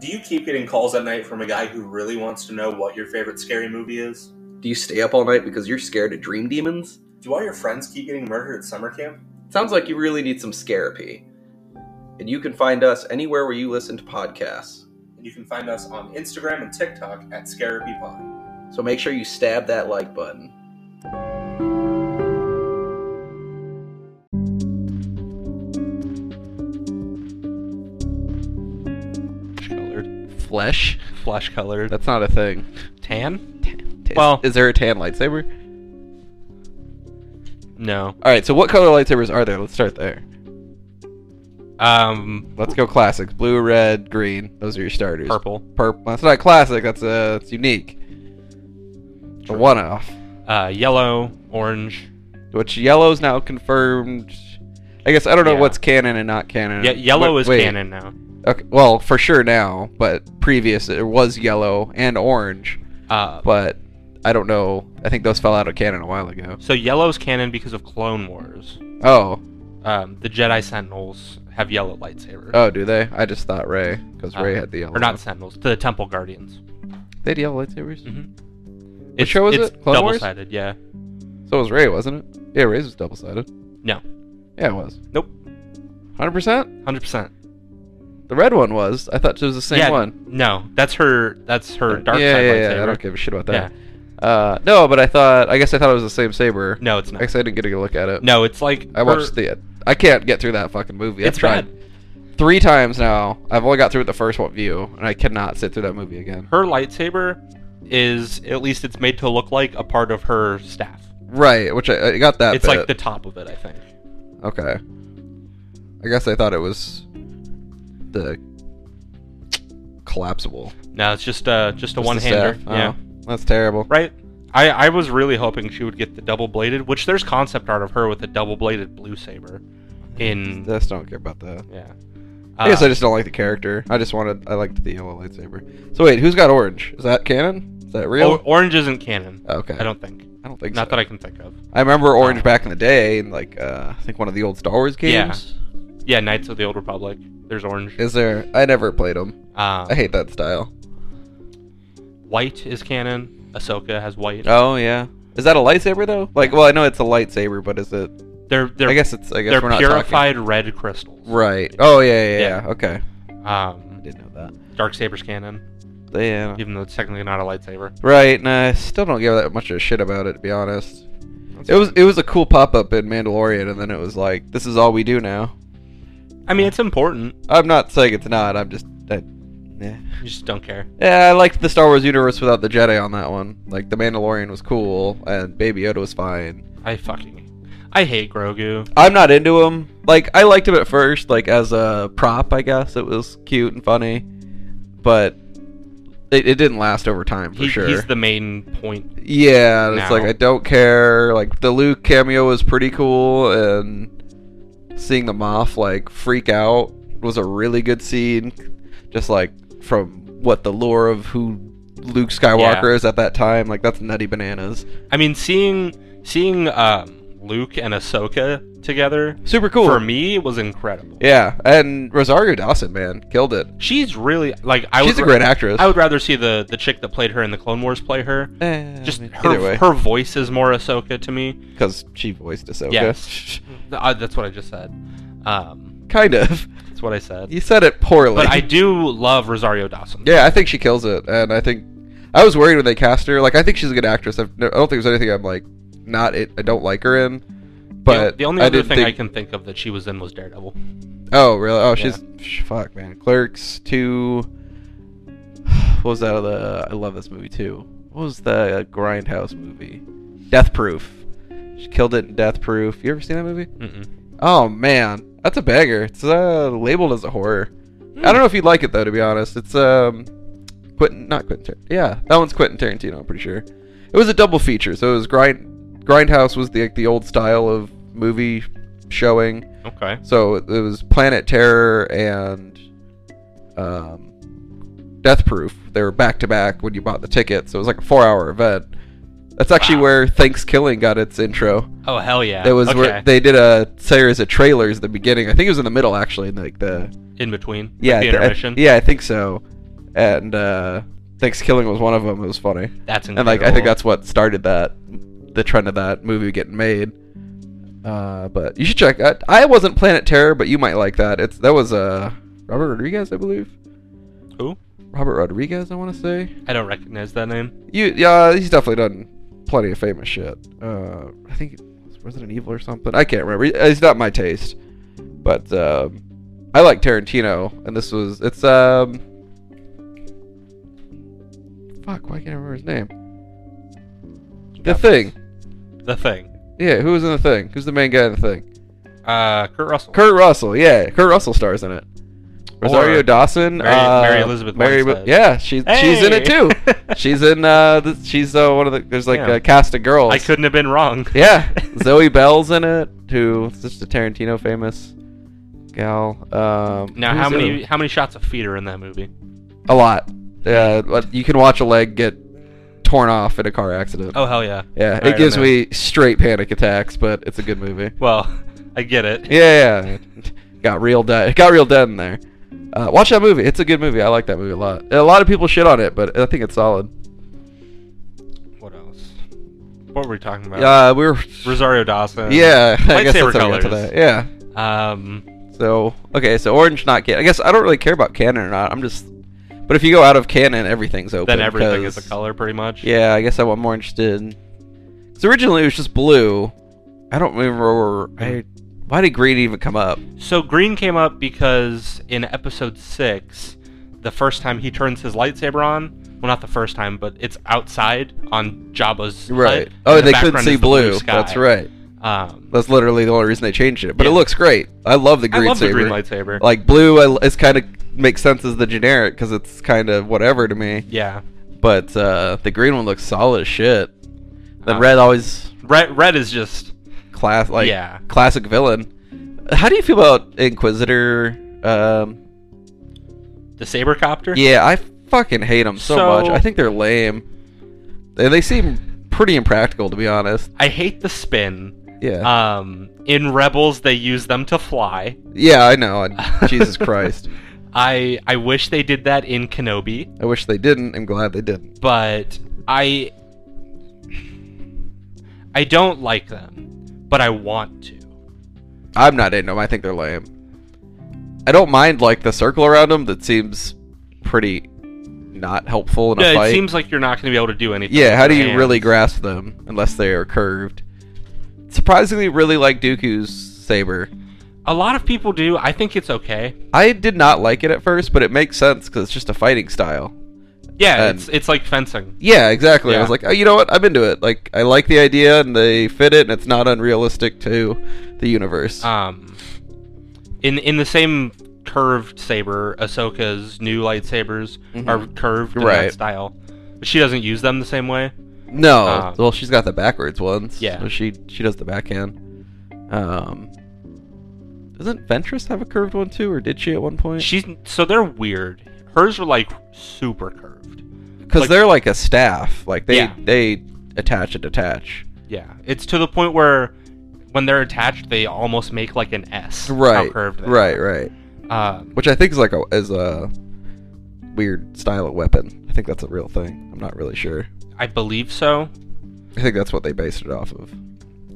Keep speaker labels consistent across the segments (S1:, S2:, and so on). S1: Do you keep getting calls at night from a guy who really wants to know what your favorite scary movie is?
S2: Do you stay up all night because you're scared of dream demons?
S1: Do all your friends keep getting murdered at summer camp?
S2: Sounds like you really need some scarapy. And you can find us anywhere where you listen to podcasts.
S1: And you can find us on Instagram and TikTok at ScaryPod.
S2: So make sure you stab that like button.
S3: Colored flesh. Flesh colored.
S2: That's not a thing.
S3: Tan?
S2: Is-
S3: Well-
S2: is there a tan lightsaber?
S3: No.
S2: All right. So what color lightsabers are there? Let's start there.
S3: Um,
S2: Let's go classics. Blue, red, green. Those are your starters.
S3: purple.
S2: Purple. That's not classic. That's uh, it's unique. A one-off.
S3: Uh, yellow. Orange.
S2: Which yellow's now confirmed. I guess I don't know
S3: Yeah.
S2: what's canon and not canon.
S3: Ye- yellow
S2: Wait-
S3: is
S2: wait.
S3: canon now.
S2: Okay. Well, for sure now, but previous it was yellow and orange,
S3: Uh,
S2: but I don't know. I think those fell out of canon a while ago.
S3: so yellow's canon because of Clone Wars.
S2: Oh,
S3: Um, the Jedi Sentinels have yellow lightsabers.
S2: oh, do they? I just thought Ray, because
S3: Uh,
S2: Ray had the yellow.
S3: Or
S2: one.
S3: not Sentinels. The Temple Guardians.
S2: They had yellow lightsabers.
S3: Mm-hmm. It's,
S2: show was
S3: it's
S2: it? Clone Wars?
S3: double-sided, yeah.
S2: So was Ray, wasn't it? Yeah, Ray's was double sided.
S3: No.
S2: Yeah, it was.
S3: Nope.
S2: Hundred percent.
S3: 100%.
S2: The red one was. I thought it was the same
S3: yeah,
S2: one.
S3: No, that's her That's her dark
S2: yeah,
S3: side
S2: yeah,
S3: lightsaber.
S2: yeah. I don't give a shit about that. Uh, no, but I thought. I guess I thought it was the same saber.
S3: No, it's
S2: I
S3: not.
S2: guess I didn't get a good look at it.
S3: No, it's like
S2: I watched the. I can't get through that fucking movie.
S3: It's
S2: I've tried
S3: bad.
S2: three times now. I've only got through the first one view, and I cannot sit through that movie again.
S3: her lightsaber is at least it's made to look like a part of her staff.
S2: Right, which I, I got that.
S3: it's like the
S2: bit.
S3: top of it, I think.
S2: Okay. I guess I thought it was the collapsible.
S3: No, it's just uh just a
S2: Just
S3: one
S2: the
S3: hander.
S2: staff.
S3: Yeah.
S2: Oh, that's terrible.
S3: Right? I, I was really hoping she would get the double bladed, which there's concept art of her with a double bladed blue saber. In
S2: Just don't care about that.
S3: yeah.
S2: I guess
S3: Uh,
S2: I just don't like the character. I just wanted. I liked the yellow lightsaber. So wait, who's got orange? Is that canon? Is that
S3: o-
S2: real? Oh,
S3: orange isn't canon.
S2: okay.
S3: I don't think.
S2: I don't think
S3: Not
S2: so.
S3: that I can think of.
S2: I remember orange
S3: Oh.
S2: back in the day, in like uh, I think one of the old Star Wars
S3: Yeah.
S2: games.
S3: Yeah, Knights of the Old Republic. There's orange.
S2: Is there? I never played them.
S3: Um,
S2: I hate that style.
S3: White is canon. Ahsoka has white.
S2: Oh yeah. Is that a lightsaber though? Like, well, I know it's a lightsaber, but is it?
S3: they're they're
S2: I guess it's. I guess
S3: they're
S2: we're not talking.
S3: purified red crystals.
S2: Right. Oh yeah, yeah, yeah.
S3: Yeah.
S2: Okay. I
S3: Um,
S2: didn't know that.
S3: dark saber's canon,
S2: Yeah.
S3: even though it's technically not a lightsaber.
S2: Right, and I still don't give that much of a shit about it, to be honest. It was it was a cool pop up in Mandalorian, and then it was like, this is all we do now.
S3: I mean, it's important.
S2: I'm not saying it's not. I'm just, I, yeah.
S3: You just don't care.
S2: yeah. I liked the Star Wars universe without the Jedi on that one. Like the Mandalorian was cool, and Baby Yoda was fine.
S3: I fucking, I hate Grogu.
S2: I'm not into him. Like I liked him at first, like as a prop, I guess it was cute and funny, but it, it didn't last over time for
S3: He,
S2: sure.
S3: He's the main point.
S2: Yeah, and it's like
S3: now.
S2: I don't care. Like the Luke cameo was pretty cool, and seeing the Moff like freak out was a really good scene. Just like from what the lore of who Luke Skywalker
S3: Yeah.
S2: is at that time, like that's nutty bananas.
S3: I mean, seeing seeing um, Luke and Ahsoka together
S2: Super cool.
S3: for me was incredible.
S2: Yeah, and Rosario Dawson, man, killed it.
S3: She's really like I
S2: She's
S3: would
S2: a
S3: ra-
S2: great actress.
S3: I would rather see the the chick that played her in the Clone Wars play her.
S2: Eh,
S3: Just
S2: I mean,
S3: her
S2: either way,
S3: her voice is more Ahsoka to me.
S2: because she voiced Ahsoka.
S3: Yes. Th- uh, that's what I just said. Um,
S2: kind of.
S3: that's what I said.
S2: You said it poorly.
S3: But I do love Rosario Dawson.
S2: Yeah, I think she kills it, and I think I was worried when they cast her. Like, I think she's a good actress. I've, no- I don't think there's anything I'm like not. It, I don't like her in.
S3: The o-
S2: But
S3: the, only
S2: I
S3: other
S2: didn't
S3: thing I
S2: think,
S3: can think of that she was in was Daredevil.
S2: Oh, really? Oh, she's sh- fuck, man. Clerks two. What was that? Other, uh, I love this movie too. What was the uh, Grindhouse movie? Death Proof. She killed it in Death Proof. You ever seen that movie?
S3: Mm-mm.
S2: Oh man, that's a banger. It's uh, labeled as a horror. I don't know if you'd like it though, to be honest. It's um, Quentin, not Quentin. Tar- yeah, that one's Quentin Tarantino. I'm pretty sure. It was a double feature, so it was grind. Grindhouse was the like, the old style of movie showing.
S3: Okay.
S2: So it was Planet Terror and um, Death Proof. They were back to back when you bought the ticket, so it was like a four hour event. That's actually
S3: Wow.
S2: where Thanksgiving got its intro.
S3: Oh hell yeah.
S2: That was
S3: okay.
S2: where they did a series of trailers at the beginning. I think it was in the middle actually, in like the
S3: in between. like
S2: yeah,
S3: the
S2: I thi- I-
S3: intermission.
S2: yeah, I think so. and uh, Thanksgiving was one of them. It was funny,
S3: That's
S2: and
S3: incredible.
S2: like I think that's what started that the trend of that movie getting made. Uh, but you should check. I, I wasn't Planet Terror, but you might like that. It's that was uh Robert Rodriguez, I believe.
S3: Who?
S2: Robert Rodriguez, I want to say.
S3: I don't recognize that name.
S2: You yeah, he's definitely done plenty of famous shit. Uh, I think it was Resident Evil or something. I can't remember. He- It's not my taste, but um, I like Tarantino, and this was it's um. Fuck! Why can't I remember his name? The Thing.
S3: The thing.
S2: Yeah, who was in The Thing? Who's the main guy in The Thing?
S3: Uh, Kurt Russell.
S2: Kurt Russell. Yeah, Kurt Russell stars in it. Rosario Dawson.
S3: Mary-
S2: uh,
S3: Mary Elizabeth
S2: Mary,
S3: Winstead.
S2: yeah, she's she's in it too. She's in uh, the, she's uh, one of the there's like
S3: Yeah.
S2: a cast of girls.
S3: I couldn't have been wrong.
S2: Yeah, Zoe Bell's in it who is just a Tarantino famous gal. Um,
S3: Now,
S2: who's
S3: how
S2: the
S3: many
S2: other-
S3: how many shots of feet are in that movie?
S2: A lot. Yeah, like, you can watch a leg get torn off in a car accident.
S3: Oh hell yeah.
S2: yeah,
S3: I
S2: it gives
S3: remember.
S2: me straight panic attacks, but it's a good movie.
S3: Well, I get it.
S2: Yeah, yeah, yeah. got real dead. Got real dead in there. Uh, watch that movie. It's a good movie. I like that movie a lot. A lot of people shit on it, but I think it's solid.
S3: What else? What were we talking about?
S2: Yeah, Uh, we were.
S3: Rosario Dawson.
S2: Yeah, I guess
S3: Uh, Lightsaber
S2: that's how we got to
S3: colors.
S2: that. Yeah.
S3: Um.
S2: So okay, so orange not canon. I guess I don't really care about canon or not. I'm just, but if you go out of canon, everything's open.
S3: Then everything is a
S2: 'cause-
S3: color, pretty much.
S2: Yeah, I guess I'm more interested. in- So originally it was just blue. I don't remember. I why did green even come up?
S3: So green came up because in episode six, the first time he turns his lightsaber on, well, not the first time, but it's outside on Jabba's hut,
S2: Right.
S3: and
S2: Oh,
S3: the
S2: they couldn't
S3: background
S2: see
S3: is the
S2: blue.
S3: sky.
S2: That's right.
S3: Um,
S2: That's literally the only reason they changed it. But it
S3: Yeah.
S2: looks great. I love the green
S3: I love
S2: saber.
S3: the green lightsaber.
S2: Like blue, I, it's kind of makes sense as the generic because it's kind of whatever to me.
S3: yeah,
S2: But uh, the green one looks solid as shit. The
S3: Uh,
S2: red always
S3: red red is just
S2: class like
S3: Yeah.
S2: classic villain. How do you feel about Inquisitor? Um,
S3: the saber copter.
S2: yeah, I fucking hate them so, much.
S3: So-
S2: I think they're lame, and they seem pretty impractical to be honest.
S3: I hate the spin.
S2: Yeah,
S3: Um, in Rebels, they use them to fly.
S2: yeah, I know. and Jesus Christ,
S3: I I wish they did that in Kenobi.
S2: I wish they didn't. I'm glad they didn't.
S3: but I I don't like them, but I want to.
S2: I'm not into them. I think they're lame. I don't mind like the circle around them. That seems pretty not helpful in a
S3: Yeah,
S2: fight.
S3: it seems like you're not going to be able to do anything.
S2: Yeah,
S3: with
S2: how
S3: your
S2: do you
S3: hands.
S2: really grasp them unless they are curved? Surprisingly, really like Dooku's saber.
S3: A lot of people do. I think it's okay.
S2: I did not like it at first, but it makes sense because it's just a fighting style.
S3: Yeah,
S2: And-
S3: it's it's like fencing.
S2: Yeah, exactly. I was
S3: Yeah.
S2: like, oh, you know what? I'm into it. Like, I like the idea, and they fit it, and it's not unrealistic to the universe.
S3: Um, in in the same curved saber, Ahsoka's new lightsabers are curved in
S2: Mm-hmm. Right.
S3: that style. But she doesn't use them the same way.
S2: no,
S3: um,
S2: well, she's got the backwards ones.
S3: Yeah.
S2: so she she does the backhand. Um, doesn't Ventress have a curved one too, or did she at one point?
S3: She's so they're weird. Hers are like super curved.
S2: Because
S3: like-
S2: they're like a staff. Like they
S3: Yeah.
S2: they attach and detach.
S3: Yeah, it's to the point where when they're attached, they almost make like an S. how
S2: right
S3: curved they
S2: right
S3: are.
S2: right
S3: Um,
S2: which i think is like a is a weird style of weapon i think that's a real thing i'm not really sure
S3: I believe so.
S2: i think that's what they based it off of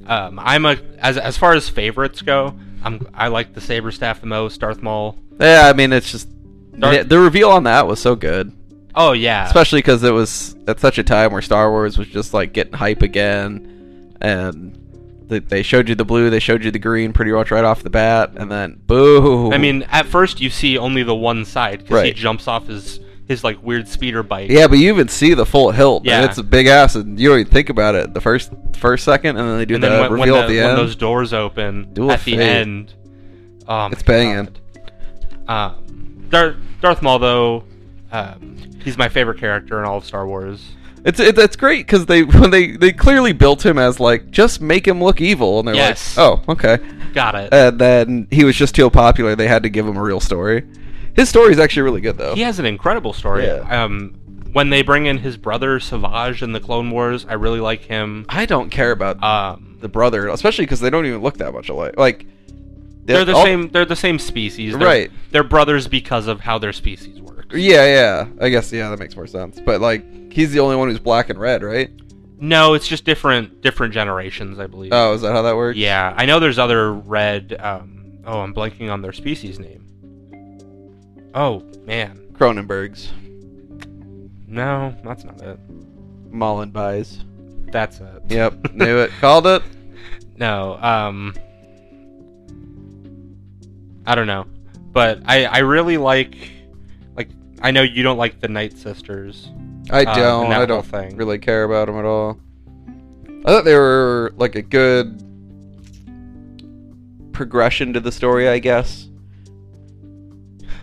S3: Um, I'm a as as far as favorites go. I'm I like the saber staff the most. Darth Maul.
S2: yeah i mean it's just
S3: Darth-
S2: yeah, the reveal on that was so good
S3: Oh yeah,
S2: especially because it was at such a time where star wars was just like getting hype again and they- they showed you the blue they showed you the green pretty much right off the bat and then boo
S3: I mean at first you see only the one side because he
S2: Right.
S3: jumps off his his like weird speeder bike.
S2: yeah, but you even see the full hilt. Yeah,
S3: Yeah.
S2: it's a big ass, and you don't even think about it the first, first second, and then they do
S3: and
S2: the
S3: then when, when,
S2: reveal
S3: the,
S2: at the
S3: when
S2: end.
S3: those doors open
S2: Duel
S3: at
S2: of
S3: the
S2: Fate.
S3: end, oh my
S2: It's banging.
S3: God. Um, Darth Darth Maul though, um, he's my favorite character in all of Star Wars.
S2: It's it, it's great because they when they they clearly built him as like just make him look evil, and they're
S3: Yes.
S2: like, oh, okay.
S3: Got it.
S2: And then he was just too popular; they had to give him a real story. His story is actually really good, though.
S3: he has an incredible story.
S2: Yeah.
S3: Um, when they bring in his brother Savage in the Clone Wars, I really like him.
S2: I don't care about
S3: Um,
S2: the brother, especially because they don't even look that much alike. Like
S3: they're the
S2: all-
S3: same. They're the same species. They're,
S2: Right.
S3: They're brothers because of how their species work.
S2: Yeah, yeah. I guess yeah, that makes more sense. But like, he's the only one who's black and red, right?
S3: No, it's just different different generations, I believe.
S2: Oh, is that how that works?
S3: Yeah, I know there's other red. Um, oh, I'm blanking on their species name. Oh man,
S2: Cronenberg's
S3: no, that's not it.
S2: Mullenbys.
S3: That's it.
S2: Yep, knew it. Called it.
S3: No, um, I don't know, but I I really like like I know you don't like the Night Sisters.
S2: I
S3: Uh,
S2: don't.
S3: and that
S2: I
S3: whole
S2: don't
S3: thing.
S2: really care about them at all. I thought they were like a good progression to the story, I guess.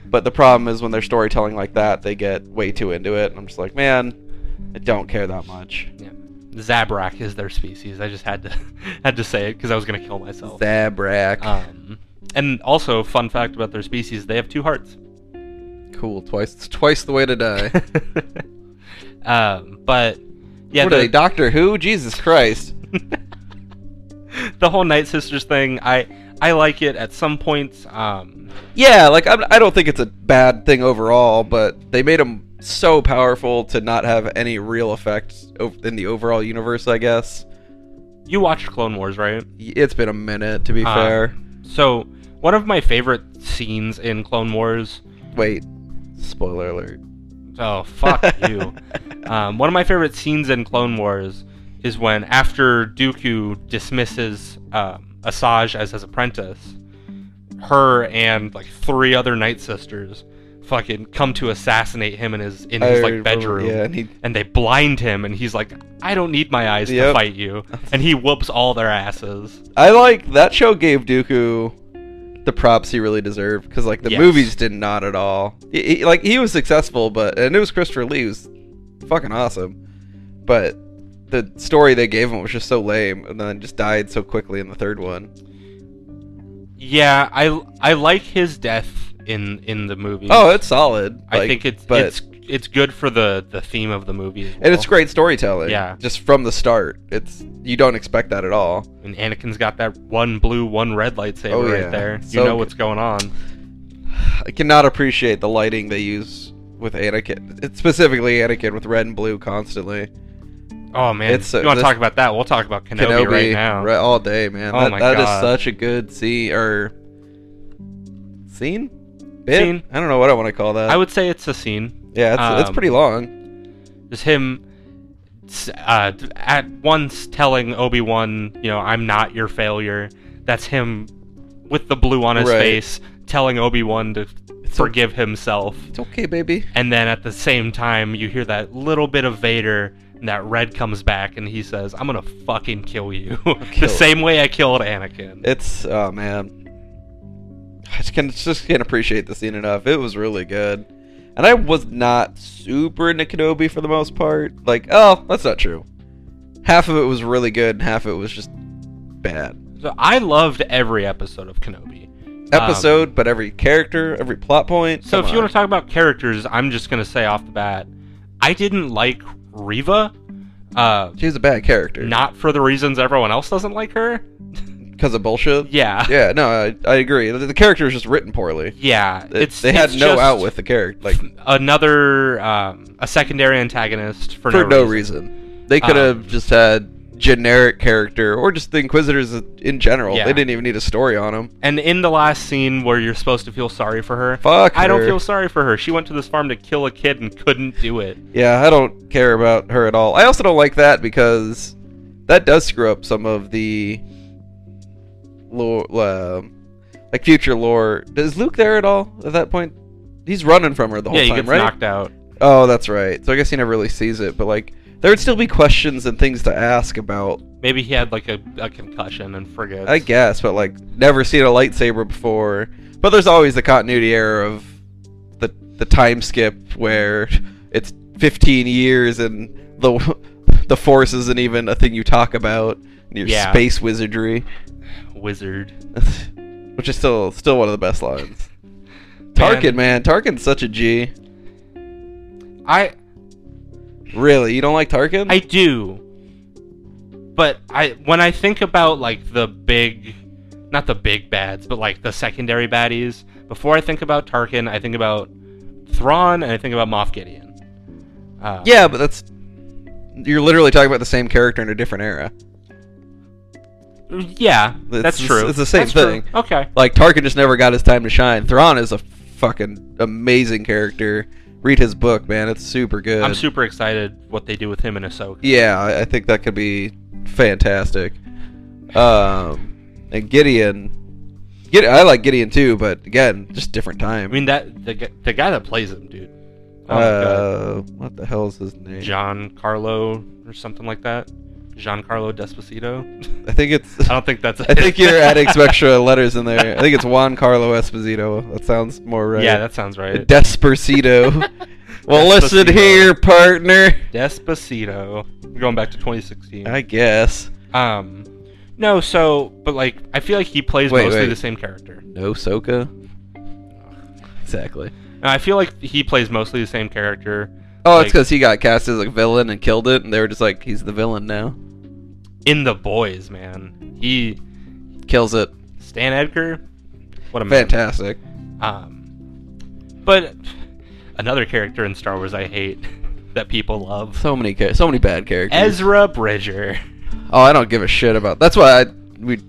S2: But the problem is when they're storytelling like that, they get way too into it, and I'm just like, man, I don't care that much.
S3: Zabrak is their species. I just had to had to say it because I was gonna kill myself.
S2: Zabrak,
S3: Um, and also, fun fact about their species: they have two hearts.
S2: cool. Twice, it's twice the way to die.
S3: um, but yeah,
S2: what
S3: the,
S2: are they, Doctor Who? Jesus Christ!
S3: the whole Night Sisters thing, I I like it at some points. Um,
S2: Yeah, like I'm, I don't think it's a bad thing overall, but they made them so powerful to not have any real effect o- in the overall universe. I guess
S3: you watched Clone Wars, right?
S2: Y- it's been a minute to be
S3: Um,
S2: fair.
S3: So one of my favorite scenes in Clone Wars.
S2: Wait, spoiler alert.
S3: Oh fuck you! Um, one of my favorite scenes in Clone Wars is when after Dooku dismisses um, Asajj as his apprentice, her and like three other Night Sisters fucking come to assassinate him in his in his
S2: I
S3: like
S2: remember-
S3: bedroom.
S2: Yeah, and he
S3: and they blind him, and he's like, "I don't need my eyes to
S2: Yep.
S3: fight you," and he whoops all their asses.
S2: I like that show gave Dooku the props he really deserved because like the
S3: Yes.
S2: movies did not at all. He, he- like he was successful, but and it was Christopher Lee was fucking awesome, but the story they gave him was just so lame, and then just died so quickly in the third one.
S3: Yeah, I I like his death in in the movie.
S2: Oh, it's solid.
S3: I
S2: like,
S3: think it's
S2: but
S3: it's it's good for the the theme of the movie. as
S2: and it's
S3: well.
S2: great storytelling.
S3: Yeah.
S2: just from the start, it's you don't expect that at all.
S3: And Anakin's got that one blue, one red lightsaber
S2: Oh, yeah.
S3: right there. You
S2: So
S3: know
S2: good.
S3: what's going on.
S2: I cannot appreciate the lighting they use with Anakin, it's specifically Anakin with red and blue constantly.
S3: Oh man,
S2: It's so-
S3: you want to
S2: this-
S3: talk about that? We'll talk about Kenobi,
S2: Kenobi
S3: right now.
S2: re- all day, man.
S3: Oh
S2: that,
S3: my
S2: that is
S3: God.
S2: such a good scene or scene. Bit?
S3: Scene.
S2: I don't know what I want to call that.
S3: I would say it's a scene.
S2: yeah, it's, it's
S3: um,
S2: pretty long.
S3: Just him. s- Uh, d- at once telling Obi Wan, you know, I'm not your failure. That's him with the blue on his
S2: Right.
S3: face, telling Obi Wan to
S2: o-
S3: forgive himself.
S2: It's okay, baby.
S3: And then at the same time, you hear that little bit of Vader, and that red comes back, and he says, "I'm gonna fucking kill you, the
S2: kill-
S3: same way I killed Anakin."
S2: It's oh man, I just can just can't appreciate the scene enough. It was really good, and I was not super into Kenobi for the most part. Like, oh, that's not true. Half of it was really good, and half of it was just bad
S3: So I loved every episode of Kenobi.
S2: episode. but every character, every plot point.
S3: So
S2: come
S3: if you want
S2: on.
S3: to talk about characters, I'm just gonna say off the bat, I didn't like Riva, uh,
S2: she was a bad character
S3: not for the reasons everyone else doesn't like her.
S2: because of bullshit.
S3: Yeah,
S2: Yeah, no, I, I agree. The, the character was just written poorly.
S3: yeah.
S2: It-
S3: It's
S2: they had
S3: it's
S2: no
S3: just
S2: out with the character, like for,
S3: another um, a secondary antagonist for,
S2: no, reason. They could have
S3: Um,
S2: just had generic character or just the Inquisitors in general.
S3: Yeah.
S2: They didn't even need a story on them.
S3: And in the last scene where you're supposed to feel sorry for her,
S2: Fuck.
S3: I don't
S2: her.
S3: feel sorry for her. She went to this farm to kill a kid and couldn't do it.
S2: Yeah, I don't care about her at all. I also don't like that because that does screw up some of the lore, um like future lore. Is Luke there at all at that point? He's running from her the whole
S3: yeah, he
S2: time,
S3: gets
S2: right?
S3: knocked out.
S2: Oh, that's right. So I guess he never really sees it, but like there would still be questions and things to ask about.
S3: Maybe he had like a, a concussion and forgets.
S2: I guess, but like never seen a lightsaber before. But there's always the continuity error of the the time skip where it's 15 years and the the force isn't even a thing you talk about. and Your
S3: Yeah.
S2: space wizardry,
S3: Wizard.
S2: which is still still one of the best lines. Tarkin, man, Tarkin's such a G.
S3: I
S2: Really, you don't like Tarkin?
S3: I do. But I when I think about like the big not the big bads, but like the secondary baddies, before I think about Tarkin, I think about Thrawn, and I think about Moff Gideon. Uh,
S2: Yeah, but that's you're literally talking about the same character in a different era.
S3: yeah,
S2: It's
S3: that's
S2: the s-
S3: true.
S2: it's the same
S3: That's true.
S2: thing.
S3: Okay,
S2: Like Tarkin just never got his time to shine. Thrawn is a fucking amazing character. Read his book, man. It's super good.
S3: I'm super excited what they do with him in Ahsoka.
S2: Yeah, I I think that could be fantastic. Um, and Gideon, Gide- I like Gideon too, but again, just different
S3: I
S2: time.
S3: mean that the gu- the guy that plays him, dude. Oh my god.
S2: uh, what the hell is his name?
S3: Giancarlo or something like that. Giancarlo Despacito.
S2: I think it's.
S3: I don't think that's.
S2: I think you're adding some extra letters in there. I think it's Juan Carlo Esposito. That sounds more right.
S3: Yeah, that sounds right.
S2: Despercito. well, listen
S3: Despacito.
S2: here, partner.
S3: Despacito. We're going back to 2016.
S2: I guess
S3: Um, no, so but like I feel like he plays
S2: Wait,
S3: mostly
S2: wait.
S3: the same character.
S2: no Soka. Exactly.
S3: No, I feel like he plays mostly the same character
S2: Oh, it's
S3: Like-
S2: because he got cast as a villain and killed it, and they were just like, he's the villain now.
S3: in the boys, man. He
S2: Kills it.
S3: Stan Edgar. What a man.
S2: Fantastic.
S3: Um, but another character in Star Wars I hate that people love.
S2: So many, cha- so many bad characters.
S3: Ezra Bridger.
S2: oh, I don't give a shit about. That's why I we.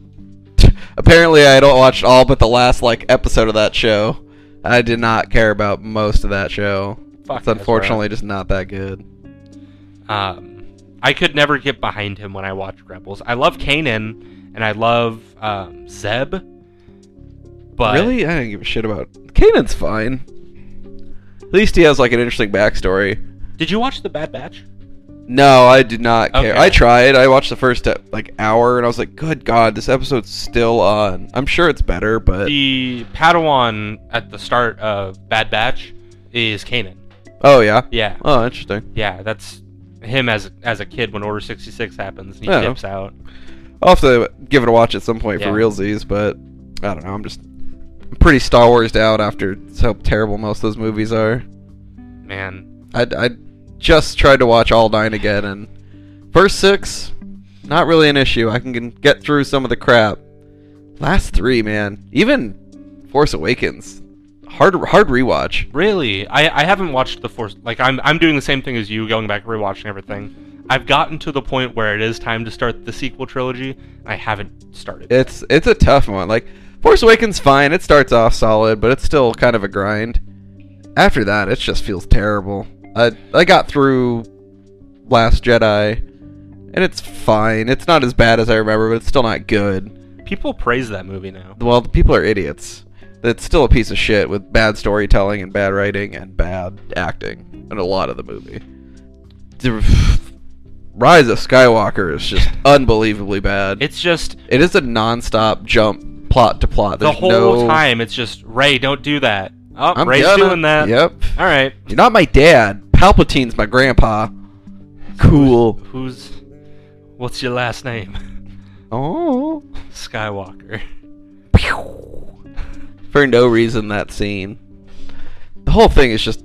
S2: Apparently, I don't watch all but the last like episode of that show. I did not care about most of that show.
S3: Fuck
S2: it's
S3: Ezra.
S2: unfortunately just not that good.
S3: Um, I could never get behind him when I watch Rebels. I love Kanan and I love um, Zeb, but
S2: really, I didn't give a shit about. Kanan's fine. At least he has like an interesting backstory.
S3: did you watch The Bad Batch?
S2: No, I did not care.
S3: Okay.
S2: I tried. I watched the first uh, like hour, and I was like, "Good God, this episode's still on." I'm sure it's better, but
S3: The Padawan at the start of Bad Batch is Kanan.
S2: oh yeah,
S3: Yeah,
S2: oh interesting.
S3: yeah, that's him as as a kid when Order sixty six happens. And he
S2: Yeah.
S3: dips out.
S2: I'll have to give it a watch at some point
S3: Yeah.
S2: for realsies, but I don't know. I'm just I'm pretty Star Warsed out after how terrible most of those movies are.
S3: Man,
S2: I I just tried to watch all nine again, and first six, not really an issue. I can g- get through some of the crap. Last three, man, even Force Awakens, hard hard rewatch.
S3: really, I I haven't watched the Force. Like I'm I'm doing the same thing as you, going back and rewatching everything. I've gotten to the point where it is time to start the sequel trilogy. I haven't started.
S2: It's it's a tough one. Like Force Awakens, fine. It starts off solid, but it's still kind of a grind. After that, it just feels terrible. I I got through Last Jedi, and it's fine. It's not as bad as I remember, but it's still not good.
S3: People praise that movie now.
S2: well, the people are idiots. That's still a piece of shit with bad storytelling and bad writing and bad acting in a lot of the movie. The- Rise of Skywalker is just unbelievably bad.
S3: It's just
S2: It is a non-stop jump plot to plot.
S3: the
S2: There's
S3: whole
S2: no,
S3: time. It's just Ray, don't do that. Oh,
S2: I'm
S3: Ray's
S2: gonna-
S3: doing that.
S2: Yep.
S3: All right.
S2: You're not my dad. Palpatine's my grandpa. Cool.
S3: Who's what's your last name?
S2: Oh.
S3: Skywalker.
S2: For no reason, that scene. The whole thing is just.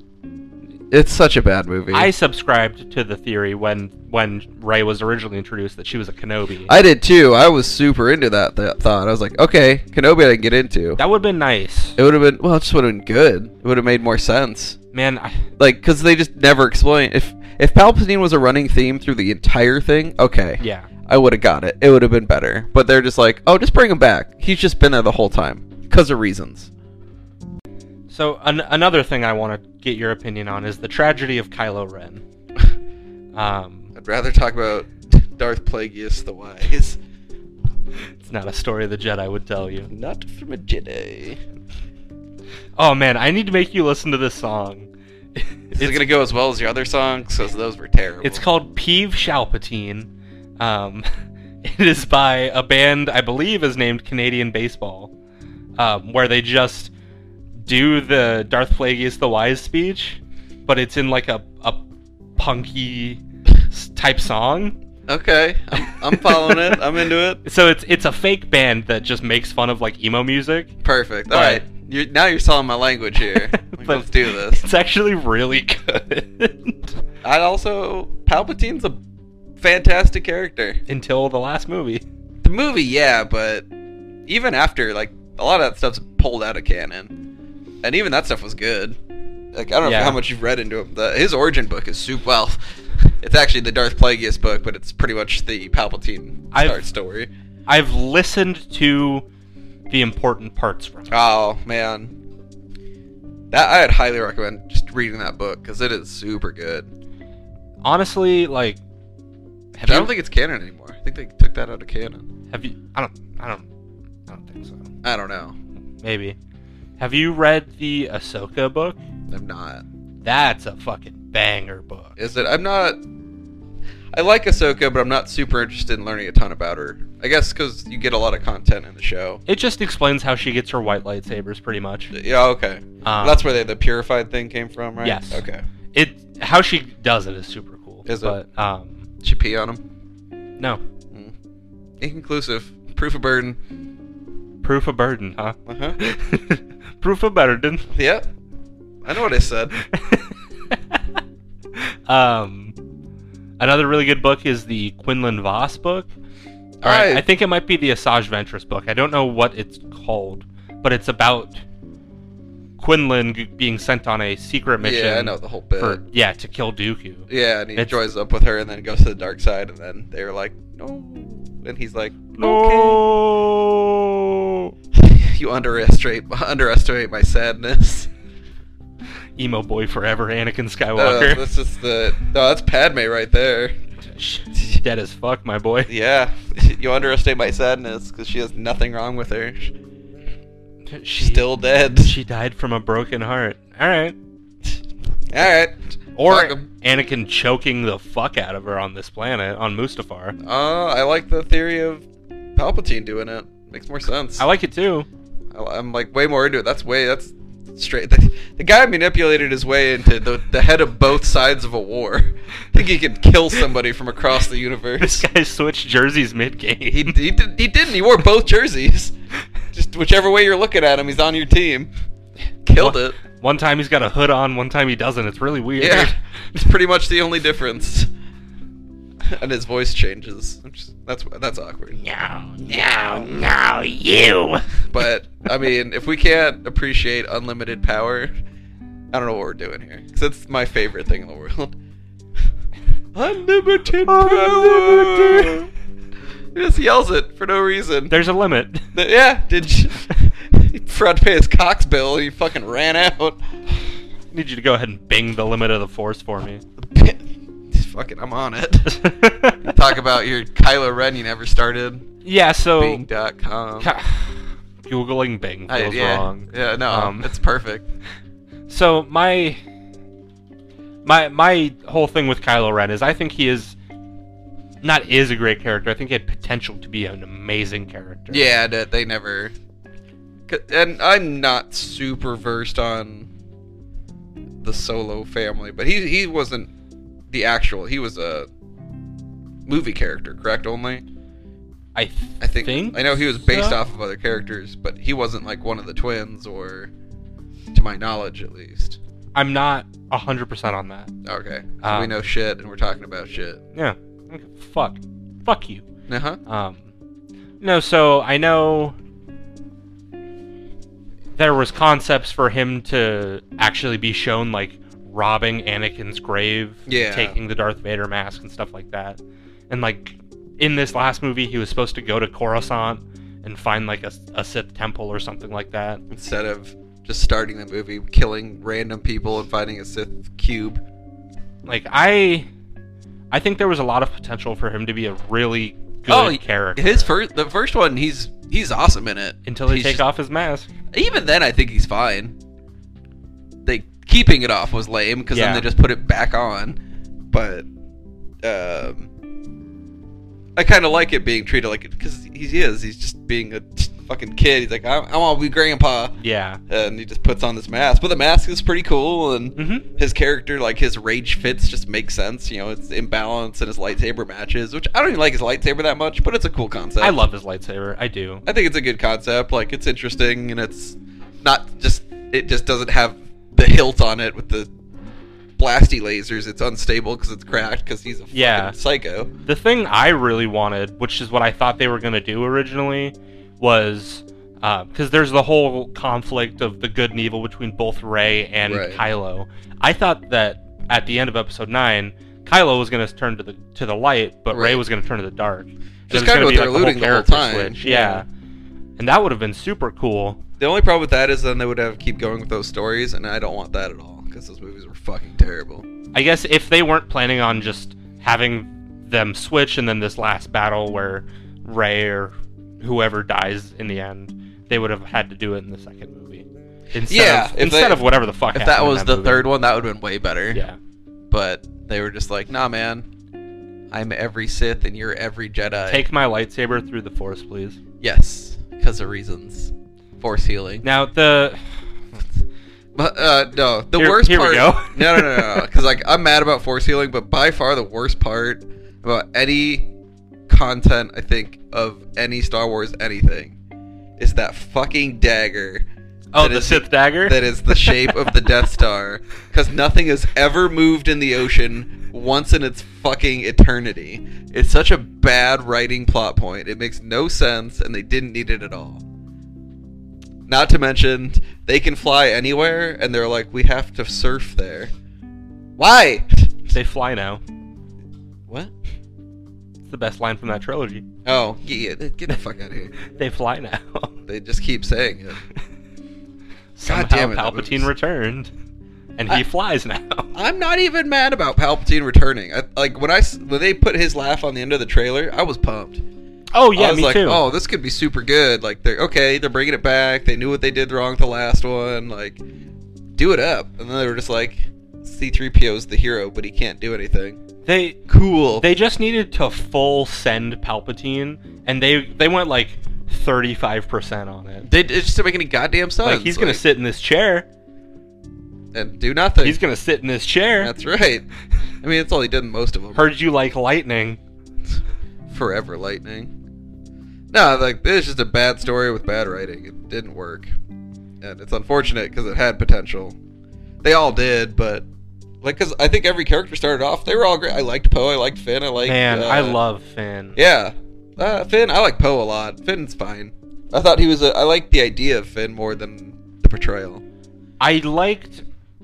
S2: It's such a bad movie.
S3: I subscribed to the theory when when Ray was originally introduced that she was a Kenobi.
S2: I did too. I was super into that th- thought. I was like, okay, Kenobi, I can get into.
S3: that would have been nice,
S2: It would have been well, it just would have been good. It would have made more sense.
S3: man. I,
S2: Like, because they just never explain. If if Palpatine was a running theme through the entire thing, okay,
S3: yeah,
S2: I would have got it. It would have been better. But they're just like, oh, just bring him back. He's just been there the whole time because of reasons.
S3: So an- another thing I want to get your opinion on is the tragedy of Kylo Ren. Um,
S2: I'd rather talk about Darth Plagueis the Wise,
S3: it's not a story the Jedi would tell you.
S2: not from a Jedi.
S3: Oh man, I need to make you listen to this song.
S2: Is it gonna go as well as your other songs? Because those were terrible.
S3: It's called Peeve Shalpatine. Um, it is by a band I believe is named Canadian Baseball, um, where they just do the Darth Plagueis the Wise speech, but it's in like a, a punky s- type song.
S2: okay. I'm, I'm following it. I'm into it.
S3: So it's it's a fake band that just makes fun of like emo music.
S2: Perfect. All
S3: But-
S2: right. You're, now you're selling my language here. Like,
S3: But
S2: Let's do this.
S3: It's actually really good
S2: I also Palpatine's a fantastic character.
S3: until the last movie.
S2: The movie, yeah, but even after, like a lot of that stuff's pulled out of canon, and even that stuff was good. Like I don't know
S3: Yeah.
S2: how much you've read into him. The, his origin book is super well. It's actually the Darth Plagueis book, but it's pretty much the Palpatine
S3: I've-
S2: start story.
S3: I've listened to the important parts from it.
S2: Oh man, that I'd highly recommend just reading that book because it is super good.
S3: Honestly, like,
S2: I
S3: have you?
S2: don't think it's canon anymore. I think they took that out of canon.
S3: have you? I don't. I don't. I don't think so.
S2: I don't know.
S3: Maybe. Have you read the Ahsoka book?
S2: I'm not.
S3: That's a fucking banger book.
S2: Is it? I'm not. I like Ahsoka, but I'm not super interested in learning a ton about her. I guess because you get a lot of content in the show.
S3: It just explains how she gets her white lightsabers, pretty much.
S2: Yeah, okay.
S3: Um,
S2: That's where they, the purified thing came from, right?
S3: Yes.
S2: Okay.
S3: it. How she does it is super cool.
S2: Is it?
S3: but, Um,
S2: Did she pee on him?
S3: no.
S2: Inconclusive. Proof of burden.
S3: Proof of burden, huh?
S2: Uh-huh.
S3: Proof of burden.
S2: Yep. I know what I said.
S3: um, another really good book is the Quinlan Voss book. All
S2: I-
S3: right, I think it might be the Asajj Ventress book. I don't know what it's called, but it's about Quinlan g- being sent on a secret mission.
S2: Yeah, I know the whole bit.
S3: For, yeah, to kill Dooku.
S2: Yeah, and he
S3: It's-
S2: joins up with her and then goes to the dark side, and then they were like, no. And he's like,
S3: No.
S2: okay. you underestimate, underestimate my sadness.
S3: Emo boy forever, Anakin
S2: No,
S3: Skywalker.
S2: that's just the. No, that's Padme right there.
S3: Shh, Dead as fuck, my boy.
S2: Yeah, you underestimate my sadness because she has nothing wrong with her.
S3: She
S2: She's still dead.
S3: She died from a broken heart. All right.
S2: All right.
S3: Or
S2: Fuck 'em.
S3: Anakin choking the fuck out of her on this planet on Mustafar.
S2: Uh, I like the theory of Palpatine doing it. Makes more sense.
S3: I like it too.
S2: I- I'm like way more into it. That's way. That's straight. The, the guy manipulated his way into the, the head of both sides of a war. I think he could kill somebody from across the
S3: This
S2: universe.
S3: guy switched jerseys mid
S2: He,
S3: game.
S2: he, did, he didn't. He wore both jerseys. Just whichever way you're looking at him, he's on your team. Killed it.
S3: One time he's got a hood on, one time he doesn't. It's really weird.
S2: Yeah, it's pretty much the only difference. And his voice changes. which is- That's that's awkward.
S3: No, no, no, you.
S2: But I mean, if we can't appreciate unlimited power, I don't know what we're doing here. Because it's my favorite thing in the world. Unlimited power. He just yells it for no reason.
S3: There's a limit.
S2: Th- yeah, did you? he forgot to pay his cox bill. He fucking ran out.
S3: I need you to go ahead and bing the limit of the force for me.
S2: fucking, I'm on it. Talk about your Kylo Ren you never started.
S3: Yeah, so
S2: Bing.com.
S3: Googling Bing
S2: I,
S3: feels
S2: yeah,
S3: wrong.
S2: yeah, no,
S3: Um,
S2: it's perfect.
S3: So my my my whole thing with Kylo Ren is I think he is not is a great character. I think he had potential to be an amazing character.
S2: Yeah, that they never. c- And I'm not super versed on the Solo family, but he he wasn't the actual. He was a movie character, correct? Only
S3: I, th-
S2: I think, I know he was based
S3: so.
S2: off of other characters, but he wasn't like one of the twins, or to my knowledge, at least.
S3: I'm not hundred percent on that.
S2: Okay, so we
S3: Um,
S2: know shit, and we're talking about shit.
S3: Yeah. Okay, Fuck. Fuck you.
S2: Uh huh.
S3: Um, no, so I know there was concepts for him to actually be shown like robbing Anakin's grave,
S2: Yeah.
S3: taking the Darth Vader mask and stuff like that. And like in this last movie, he was supposed to go to Coruscant and find like a, a Sith temple or something like that.
S2: instead of just starting the movie, killing random people and finding a Sith cube.
S3: Like I, I think there was a lot of potential for him to be a really good
S2: Oh,
S3: character
S2: His first, the first one, he's he's awesome in it.
S3: until they
S2: He's
S3: take
S2: just-
S3: off his mask.
S2: Even then, I think he's fine. They keeping it off was lame because
S3: Yeah.
S2: then they just put it back on. But um, I kind of like it being treated like it because he is. He's just being a fucking kid. He's like, I, I want to be grandpa,
S3: Yeah.
S2: and he just puts on this mask. But the mask is pretty cool and.
S3: Mm-hmm.
S2: his character, like his rage fits, just makes sense. You know, it's imbalance and his lightsaber matches, which I don't even like his lightsaber that much, but it's a cool concept.
S3: I love his lightsaber. I do.
S2: I think it's a good concept. Like it's interesting and it's not just it just doesn't have the hilt on it with the blasty lasers. It's unstable because it's cracked because he's a fucking
S3: Yeah.
S2: psycho.
S3: The thing I really wanted, which is what I thought they were going to do originally, was because there's the whole conflict of the good and evil between both Rey and
S2: Right.
S3: Kylo. I thought that at the end of Episode Nine, Kylo was going to turn to the to the light, but Rey
S2: Right.
S3: was going to turn to the dark.
S2: Just
S3: It was gonna
S2: kinda what
S3: be
S2: they're
S3: like a whole
S2: alluding the whole
S3: character
S2: time.
S3: switch,
S2: Yeah.
S3: yeah, and that would have been super cool.
S2: The only problem with that is then they would have keep going with those stories, and I don't want that at all because those movies were fucking terrible.
S3: I guess if they weren't planning on just having them switch and then this last battle where Ray or whoever dies in the end, they would have had to do it in the second movie. Instead
S2: Yeah,
S3: of,
S2: if
S3: instead
S2: they-
S3: of whatever the fuck.
S2: If that
S3: happened in
S2: was the
S3: movie.
S2: third one, that would have been way better.
S3: yeah,
S2: But they were just like, nah, man, I'm every Sith and you're every Jedi.
S3: take my lightsaber through the force, please.
S2: yes, because of reasons, force healing.
S3: Now the
S2: But uh, no, the
S3: Here-
S2: worst
S3: here
S2: part.
S3: we go.
S2: no, no, no, no. Because like I'm mad about force healing, but by far the worst part about any content I think of any Star Wars anything is that fucking dagger.
S3: oh
S2: that
S3: the
S2: is
S3: Sith dagger.
S2: that is the shape of the Death Star, because nothing has ever moved in the ocean once in its fucking eternity. It's such a bad writing plot point. It makes no sense, and they didn't need it at all. Not to mention, they can fly anywhere, and they're like, we have to surf there. Why?
S3: They fly now.
S2: What?
S3: It's the best line from that trilogy.
S2: Oh, yeah, yeah, get the fuck out of here.
S3: They fly now.
S2: They just keep saying it.
S3: Somehow
S2: damn it,
S3: Palpatine
S2: that movie's-
S3: returned, and he
S2: I-
S3: flies now.
S2: I'm not even mad about Palpatine returning. I, like when I s- when they put his laugh on the end of the trailer, I was pumped.
S3: Oh yeah,
S2: I was
S3: me
S2: like,
S3: too.
S2: Oh, this could be super good. Like they're okay. They're bringing it back. They knew what they did wrong with the last one. Like do it up. And then they were just like, C-3PO's the hero, but he can't do anything.
S3: They
S2: Cool.
S3: They just needed to full send Palpatine, and they they went like thirty five percent on it.
S2: They- it just didn't make any goddamn sense.
S3: Like he's gonna sit in this chair.
S2: and do nothing.
S3: He's gonna sit in this chair.
S2: That's right. I mean, that's all he did in most of them.
S3: Heard you like lightning.
S2: Forever Lightning. No, like this is just a bad story with bad writing. It didn't work, and it's unfortunate because it had potential. They all did, but like, because I think every character started off, they were all great. I liked Poe, I liked Finn, I liked.
S3: Man,
S2: uh,
S3: I love Finn.
S2: Yeah, uh, Finn. I like Poe a lot. Finn's fine. I thought he was. A, I liked the idea of Finn more than the portrayal.
S3: I liked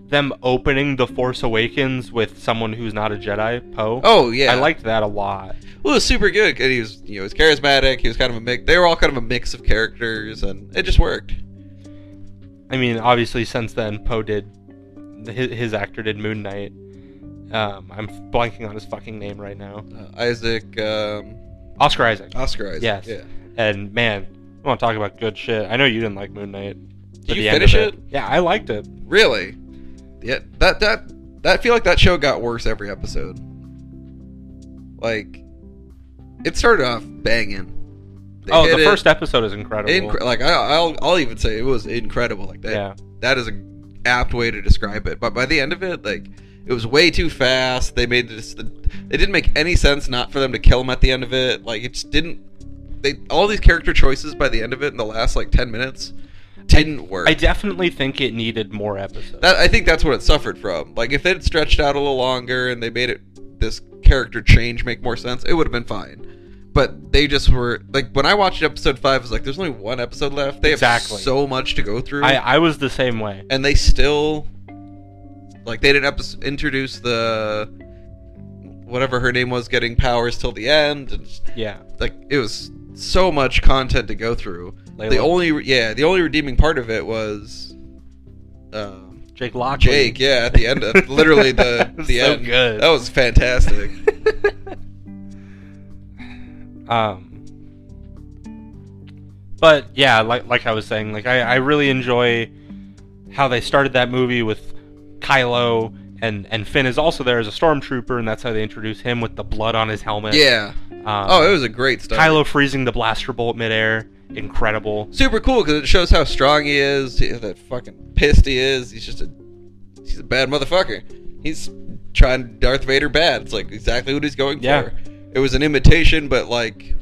S3: them opening the Force Awakens with someone who's not a Jedi, Poe.
S2: Oh yeah,
S3: I liked that a lot.
S2: Well, it was super good. And he was, you know, he was charismatic. He was kind of a mix. They were all kind of a mix of characters, and it just worked.
S3: I mean, obviously, since then Poe did his, his actor did Moon Knight. Um, I'm blanking on his fucking name right now.
S2: Uh, Isaac. Um,
S3: Oscar Isaac.
S2: Oscar Isaac.
S3: Yes.
S2: Yeah.
S3: And man, I want to talk about good shit. I know you didn't like Moon Knight. but
S2: you
S3: the end
S2: finish
S3: of
S2: it?
S3: Yeah, I liked it.
S2: Really? Yeah. That that that I feel like that show got worse every episode. Like, it started off banging. They
S3: oh,
S2: hit
S3: the
S2: it
S3: first episode is incredible.
S2: incre- like I, I'll I'll even say it was incredible. Like that.
S3: yeah.
S2: That is an apt way to describe it. But by the end of it, like. It was way too fast. They made this. It didn't make any sense not for them to kill him at the end of it. Like it just didn't. They all these character choices by the end of it in the last like ten minutes didn't work.
S3: I definitely think it needed more episodes.
S2: That I think that's what it suffered from. Like if they'd stretched out a little longer and they made it this character change make more sense, it would have been fine. But they just were like when I watched episode five, I was like, "There's only one episode left. They
S3: Exactly.
S2: have so much to go through,
S3: I, I was the same way.
S2: and they still like they didn't epis introduce the whatever her name was getting powers till the end, and just-
S3: Yeah.
S2: like it was so much content to go through.
S3: Layla.
S2: The only yeah, the only redeeming part of it was. Um,
S3: Jake Lockley.
S2: Jake, yeah, at the end, of, literally the the
S3: So
S2: end.
S3: good.
S2: That was fantastic.
S3: Um But yeah, like like I was saying, like I, I really enjoy how they started that movie with Kylo and and Finn is also there as a stormtrooper and that's how they introduce him with the blood on his helmet.
S2: yeah.
S3: Um,
S2: Oh, it was a great story.
S3: Kylo freezing the blaster bolt midair. Incredible.
S2: super cool because it shows how strong he is. he- That fucking pissed he is. He's just a he's a bad motherfucker. He's trying Darth Vader bad. It's like exactly what he's going
S3: Yeah.
S2: for. It was an imitation, but like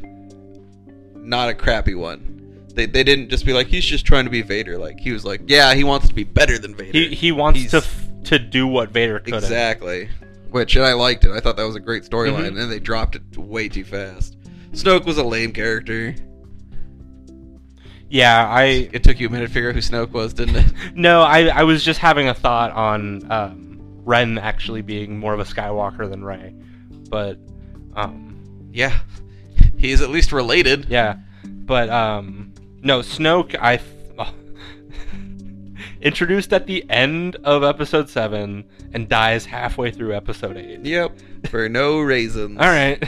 S2: not a crappy one. They, they didn't just be like he's just trying to be Vader. Like he was like, yeah, he wants to be better than Vader.
S3: He he wants
S2: He's-
S3: to f- to do what Vader could. have.
S2: Exactly. Which and I liked it. I thought that was a great storyline,
S3: Mhm.
S2: and they dropped it way too fast. Snoke was a lame character.
S3: yeah, I
S2: It took you a minute to figure out who Snoke was, didn't it?
S3: no, I I was just having a thought on um, Ren actually being more of a Skywalker than Rey, but um,
S2: yeah. He's at least related.
S3: yeah, but um, no, Snoke I f- introduced at the end of episode seven and dies halfway through episode eight.
S2: Yep. For no reasons.
S3: All right.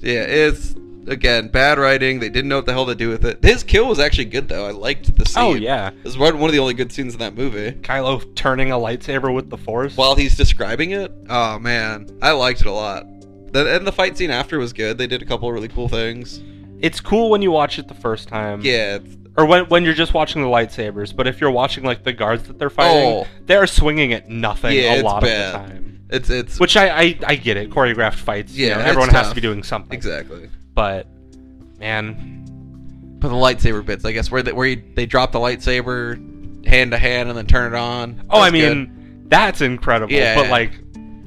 S2: Yeah, it's again bad writing. They didn't know what the hell to do with it. His kill was actually good though. I liked the scene.
S3: Oh yeah,
S2: This is one one of the only good scenes in that movie.
S3: Kylo turning a lightsaber with the Force.
S2: While he's describing it, oh man, I liked it a lot. The, and the fight scene after was good. They did a couple of really cool things.
S3: it's cool when you watch it the first time.
S2: Yeah, it's,
S3: or when, when you're just watching the lightsabers, but if you're watching like the guards that they're fighting,
S2: Oh.
S3: they're swinging at nothing
S2: Yeah,
S3: a
S2: it's
S3: lot
S2: bad.
S3: of the time.
S2: it's it's
S3: Which I, I, I get it, choreographed fights. you
S2: Yeah,
S3: know,
S2: it's
S3: everyone has to
S2: tough.
S3: be doing something.
S2: exactly.
S3: But man,
S2: But the lightsaber bits, I guess, where they, where you, they drop the lightsaber hand to hand and then turn it on.
S3: oh, I
S2: That's good.
S3: mean, that's incredible.
S2: Yeah,
S3: but
S2: yeah.
S3: like,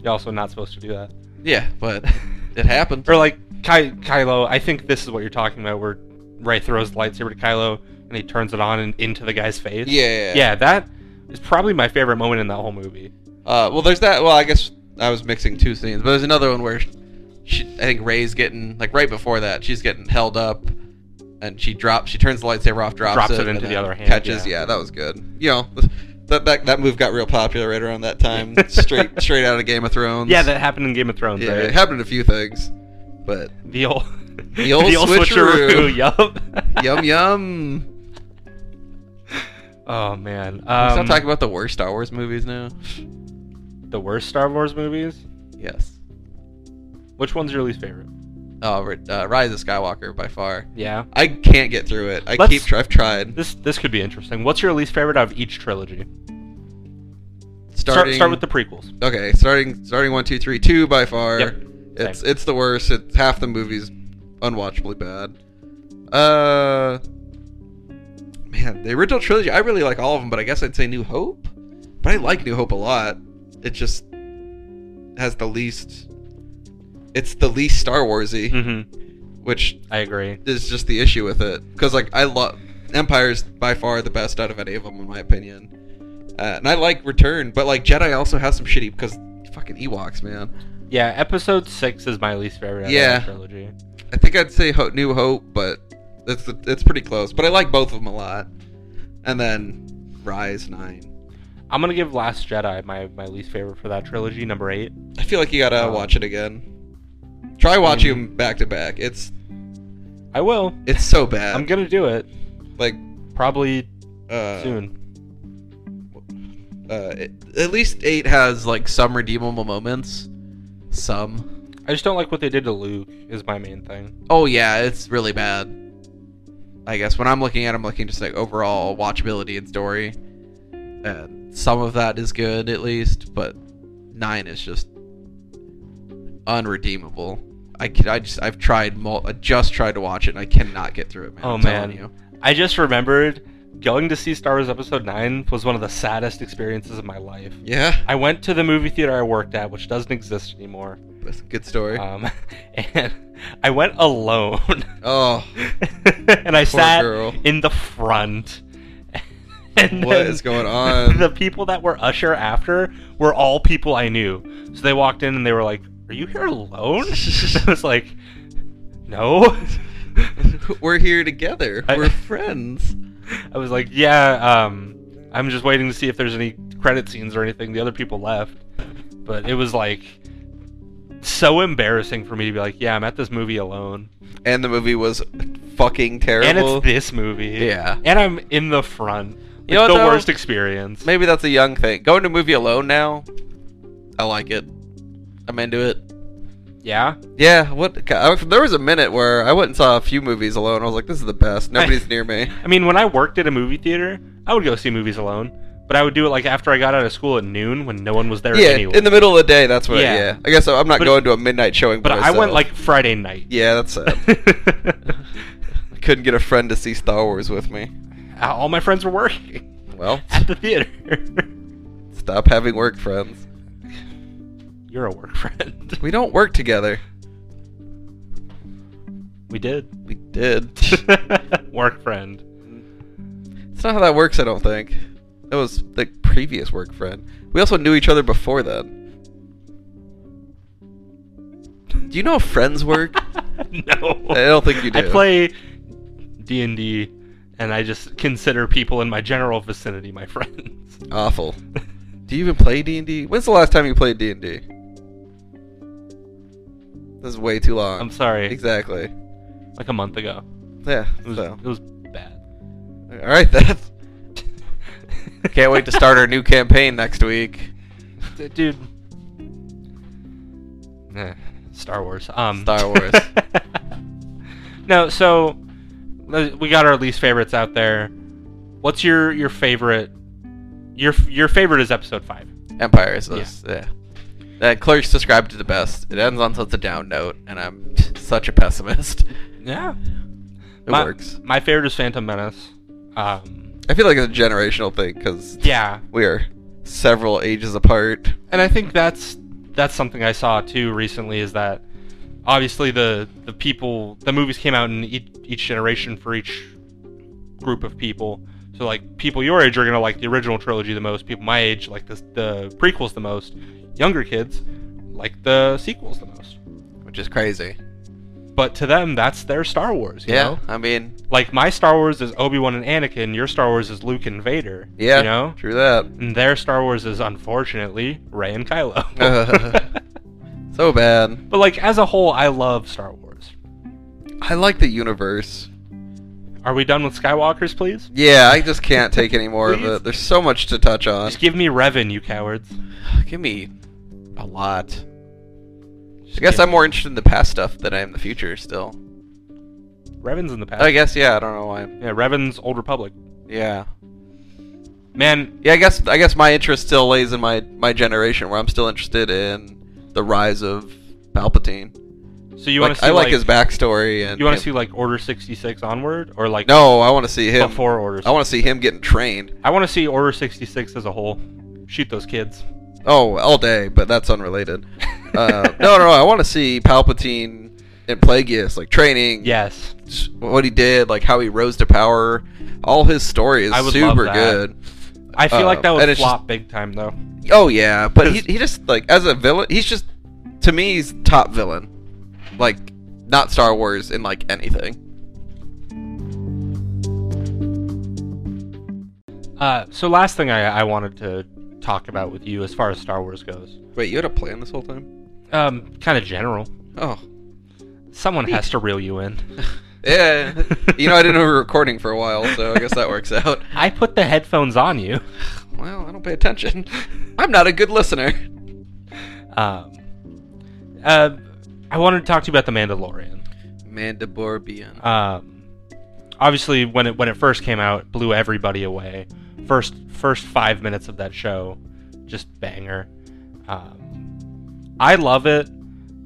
S3: you're also not supposed to do that.
S2: yeah, but it happened.
S3: Or like Ky- Kylo, I think this is what you're talking about, where Ray throws the lightsaber to Kylo and he turns it on and into the guy's face.
S2: Yeah,
S3: yeah, that is probably my favorite moment in that whole movie.
S2: Uh, well, there's that. Well, I guess I was mixing two scenes, but there's another one where she, I think Ray's getting like right before that, she's getting held up, and she drops, she turns the lightsaber off, drops,
S3: Drops it
S2: and
S3: into the
S2: then
S3: other hand,
S2: catches.
S3: yeah.
S2: Yeah. that was good. You know, that that that move got real popular right around that time, straight straight out of Game of Thrones.
S3: Yeah, that happened in Game of Thrones.
S2: yeah,
S3: right?
S2: it happened in a few things, but
S3: The old,
S2: The old switcheroo.
S3: yup.
S2: yum yum.
S3: Oh man.
S2: Let's
S3: Um,
S2: not talking about the worst Star Wars movies now.
S3: the worst Star Wars movies.
S2: Yes.
S3: Which one's your least favorite?
S2: Oh, uh, Rise of Skywalker by far.
S3: Yeah.
S2: I can't get through it. I
S3: Let's-
S2: keep. I've tried.
S3: This this could be interesting. What's your least favorite out of each trilogy? Start
S2: Starting,
S3: start with the prequels.
S2: Okay, starting starting one, two, three, two by far.
S3: Yep,
S2: It's it's the worst. It's half the movie's unwatchably bad. Uh man, the original trilogy, I really like all of them, but I guess I'd say New Hope. But I like New Hope a lot. It just has the least it's the least Star Warsy,
S3: Mm-hmm.
S2: which
S3: I agree.
S2: is just the issue with it because like I love Empire's by far the best out of any of them in my opinion, uh, and I like Return, but like Jedi also has some shitty because fucking Ewoks, man.
S3: Yeah, Episode Six is my least favorite out
S2: Yeah.
S3: of the trilogy.
S2: I think I'd say Ho- New Hope, but that's it's pretty close. But I like both of them a lot, and then Rise Nine.
S3: I'm gonna give Last Jedi my, my least favorite for that trilogy, number eight.
S2: I feel like you gotta
S3: Oh.
S2: watch it again. Try watching them back to back. It's
S3: I will.
S2: it's so bad.
S3: I'm gonna do it
S2: like
S3: probably
S2: uh,
S3: soon.
S2: Uh, it- at least eight has like some redeemable moments. Some.
S3: I just don't like what they did to Luke. Is my main thing.
S2: Oh yeah, it's really bad. I guess when I'm looking at, it, I'm looking just like overall watchability and story, and some of that is good at least, but nine is just unredeemable. I can, I just I've tried mul- I just tried to watch it and I cannot get through it, man.
S3: Oh,
S2: I'm telling
S3: man.
S2: you.
S3: I just remembered going to see Star Wars Episode 9 was one of the saddest experiences of my life.
S2: yeah,
S3: I went to the movie theater I worked at, which doesn't exist anymore.
S2: that's a good story.
S3: Um, and I went alone.
S2: oh,
S3: and I
S2: Poor
S3: sat
S2: girl.
S3: in the front. And
S2: What
S3: then
S2: is going on?
S3: The people that were usher after were all people I knew. So they walked in and they were like, "Are you here alone?" I was like, "No."
S2: we're here together.
S3: I-
S2: We're friends.
S3: I was like, yeah, um, I'm just waiting to see if there's any credit scenes or anything. The other people left. But it was like so embarrassing for me to be like, yeah, I'm at this movie alone.
S2: And the movie was fucking terrible.
S3: And it's this movie.
S2: Yeah.
S3: And I'm in the front.
S2: You know
S3: Like,
S2: what,
S3: the
S2: though?
S3: worst experience.
S2: Maybe that's a young thing. Going to a movie alone now, I like it. I'm into it.
S3: Yeah.
S2: Yeah, what? I, there was a minute where I went and saw a few movies alone. I was like, "This is the best. Nobody's near me."
S3: I mean, when I worked at a movie theater, I would go see movies alone. But I would do it like after I got out of school at noon when no one was there
S2: Yeah,
S3: anyway.
S2: in the middle of the day. That's what.
S3: Yeah.
S2: Yeah, I guess I'm not
S3: But-
S2: going to a midnight showing.
S3: but
S2: by
S3: I went
S2: myself.
S3: like Friday night.
S2: yeah, that's sad. Couldn't get a friend to see Star Wars with me.
S3: All my friends were working.
S2: Well,
S3: at the theater.
S2: stop having work friends.
S3: You're a work friend.
S2: We don't work together.
S3: We did.
S2: We did.
S3: work friend.
S2: It's not how that works, I don't think. That was the previous work friend. We also knew each other before then. Do you know how friends work?
S3: no,
S2: I don't think you
S3: I
S2: do.
S3: play D and D, and I just consider people in my general vicinity my friends.
S2: Awful. Do you even play D and D? When's the last time you played D and D? This is way too long.
S3: I'm sorry,
S2: Exactly.
S3: like a month ago.
S2: Yeah.
S3: It was,
S2: So.
S3: it was bad.
S2: All right then. Can't wait to start our new campaign next week.
S3: D- dude. Eh, Star Wars. Um,
S2: Star Wars.
S3: no, so le- we got our least favorites out there. What's your your favorite? Your your favorite is episode five.
S2: Empire. So it's- yeah. That Clerks described it the best. It ends on such a down note, and I'm such a pessimist.
S3: Yeah,
S2: It
S3: my,
S2: works.
S3: My favorite is Phantom Menace. Um,
S2: I feel like it's a generational thing because
S3: yeah,
S2: we are several ages apart.
S3: and I think that's that's something I saw too recently is that obviously the the people the movies came out in each, each generation for each group of people. So like people your age are gonna like the original trilogy the most. People my age like the the prequels the most. Younger kids like the sequels the most.
S2: which is crazy.
S3: But to them, that's their Star Wars. You
S2: Yeah,
S3: Know?
S2: I mean,
S3: Like my Star Wars is Obi Wan and Anakin. Your Star Wars is Luke and Vader.
S2: yeah,
S3: You know.
S2: true that.
S3: And their Star Wars is unfortunately Rey and Kylo.
S2: So bad.
S3: But like as a whole, I love Star Wars.
S2: I like the universe.
S3: Are we done with Skywalkers, please?
S2: Yeah, I just can't take any more of
S3: Please?
S2: it. There's so much to touch on.
S3: Just give me Revan, you cowards.
S2: Give me a lot. I
S3: Just
S2: guess
S3: give-
S2: I'm more interested in the past stuff than I am the future. Still,
S3: Revan's in the past.
S2: I guess. Yeah, I don't know why.
S3: Yeah, Revan's Old Republic.
S2: Yeah,
S3: Man,
S2: yeah. I guess I guess my interest still lays in my my generation, where I'm still interested in the rise of Palpatine.
S3: so you
S2: Like,
S3: want to see
S2: I like, his backstory and
S3: You want
S2: him-
S3: to see like Order 66 onward or like
S2: No, I want to see him.
S3: before Order?
S2: I want to see him getting trained.
S3: I want to see Order 66 as a whole. Shoot those kids.
S2: Oh, all day, but that's unrelated. Uh, no, no, I want to see Palpatine and Plagueis like training.
S3: Yes.
S2: s- what he did, like how he rose to power. All his story is
S3: I would love
S2: super
S3: that.
S2: good.
S3: I feel
S2: Uh,
S3: like that
S2: and
S3: would
S2: it's
S3: flop big time though.
S2: Oh yeah, but he,
S3: 'Cause-
S2: he just like as a villain, he's just to me he's top villain. Like not Star Wars in like anything.
S3: Uh, so last thing I, I wanted to talk about with you as far as Star Wars goes,
S2: Wait, you had a plan this whole time?
S3: um, kind of general.
S2: Oh
S3: Someone has to reel you in.
S2: yeah, you know I didn't know we were recording for a while, so I guess that works out.
S3: I put the headphones on you.
S2: Well, I don't pay attention. I'm not a good listener.
S3: Um, uh, I wanted to talk to you about the Mandalorian.
S2: Mandaborbian.
S3: Um, obviously, when it when it first came out, it blew everybody away. First first five minutes of that show, just banger. Um, I love it.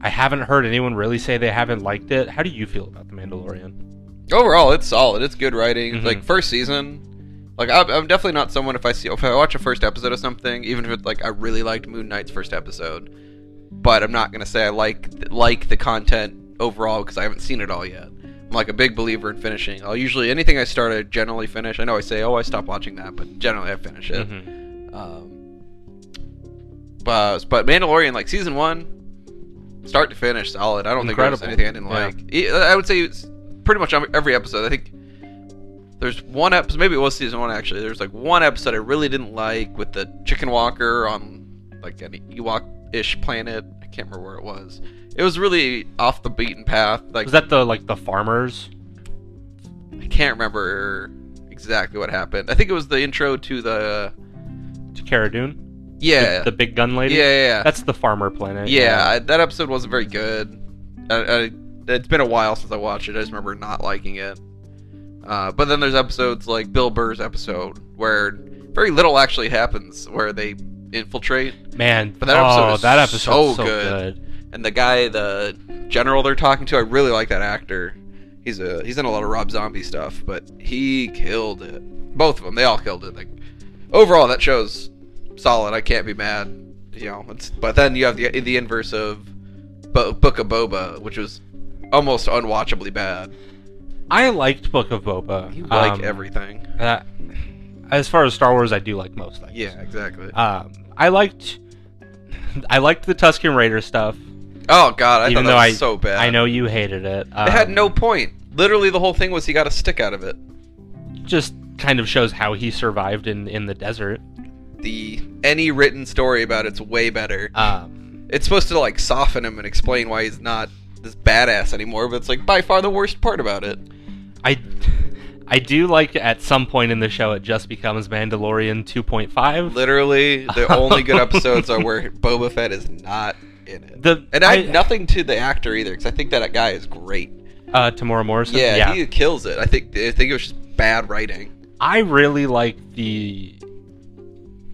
S3: I haven't heard anyone really say they haven't liked it. How do you feel about the Mandalorian?
S2: Overall, it's solid. It's good writing.
S3: Mhm.
S2: Like first season, like I'm, I'm definitely not someone if I see if I watch a first episode of something, even if it, like I really liked Moon Knight's first episode, but I'm not gonna say I like like the content overall because I haven't seen it all yet. I'm like a big believer in finishing. I'll usually anything I start, I generally finish. I know I say, oh, I stopped watching that, but generally I finish it.
S3: Mhm.
S2: Um, but but Mandalorian, like season one, start to finish, solid. I don't
S3: Incredible.
S2: think there was anything I
S3: Yeah.
S2: didn't like. E- I would say it's pretty much on every episode. I think there's one episode, maybe it was season one actually. There's like one episode I really didn't like with the chicken walker on like an Ewok-ish planet. I can't remember where it was. It was really off the beaten path. Like
S3: Was that the like the farmers?
S2: I can't remember exactly what happened. I think it was the intro to the
S3: to Cara Dune,
S2: yeah
S3: the, the big gun lady.
S2: yeah yeah. yeah.
S3: that's the farmer planet.
S2: Yeah, I, that episode wasn't very good. I, I, it's been a while since I watched it. I just remember not liking it. Uh, but then there's episodes like Bill Burr's episode where very little actually happens, where they infiltrate
S3: man.
S2: But that episode
S3: oh,
S2: is
S3: that episode
S2: so
S3: so
S2: good.
S3: good.
S2: and the guy, the general they're talking to. I really like that actor. He's a he's in a lot of Rob Zombie stuff, but he killed it. Both of them, they all killed it. Like overall, that show's solid. I can't be mad. You know, it's, but then you have the the inverse of Bo- Book of Boba, which was almost unwatchably bad.
S3: I liked Book of Boba.
S2: You like
S3: Um,
S2: everything.
S3: that- as far as Star Wars, I do like most things.
S2: Yeah, exactly.
S3: Um, I liked, I liked the Tusken Raider stuff.
S2: oh god, I
S3: even
S2: thought
S3: though
S2: that
S3: I
S2: was so bad.
S3: I know you hated it. Um,
S2: It had no point. Literally, the whole thing was he got a stick out of it.
S3: Just kind of shows how he survived in in the desert.
S2: The any written story about it's way better.
S3: Um,
S2: It's supposed to like soften him and explain why he's not this badass anymore, but it's like by far the worst part about it.
S3: I. I do like at some point in the show it just becomes Mandalorian 2.5.
S2: Literally, the only good episodes are where Boba Fett is not in it.
S3: The
S2: and I, nothing to the actor either, because I think that guy is great.
S3: uh, Tamora Morrison.
S2: Yeah, he kills it. I think I think it was just bad writing.
S3: I really like the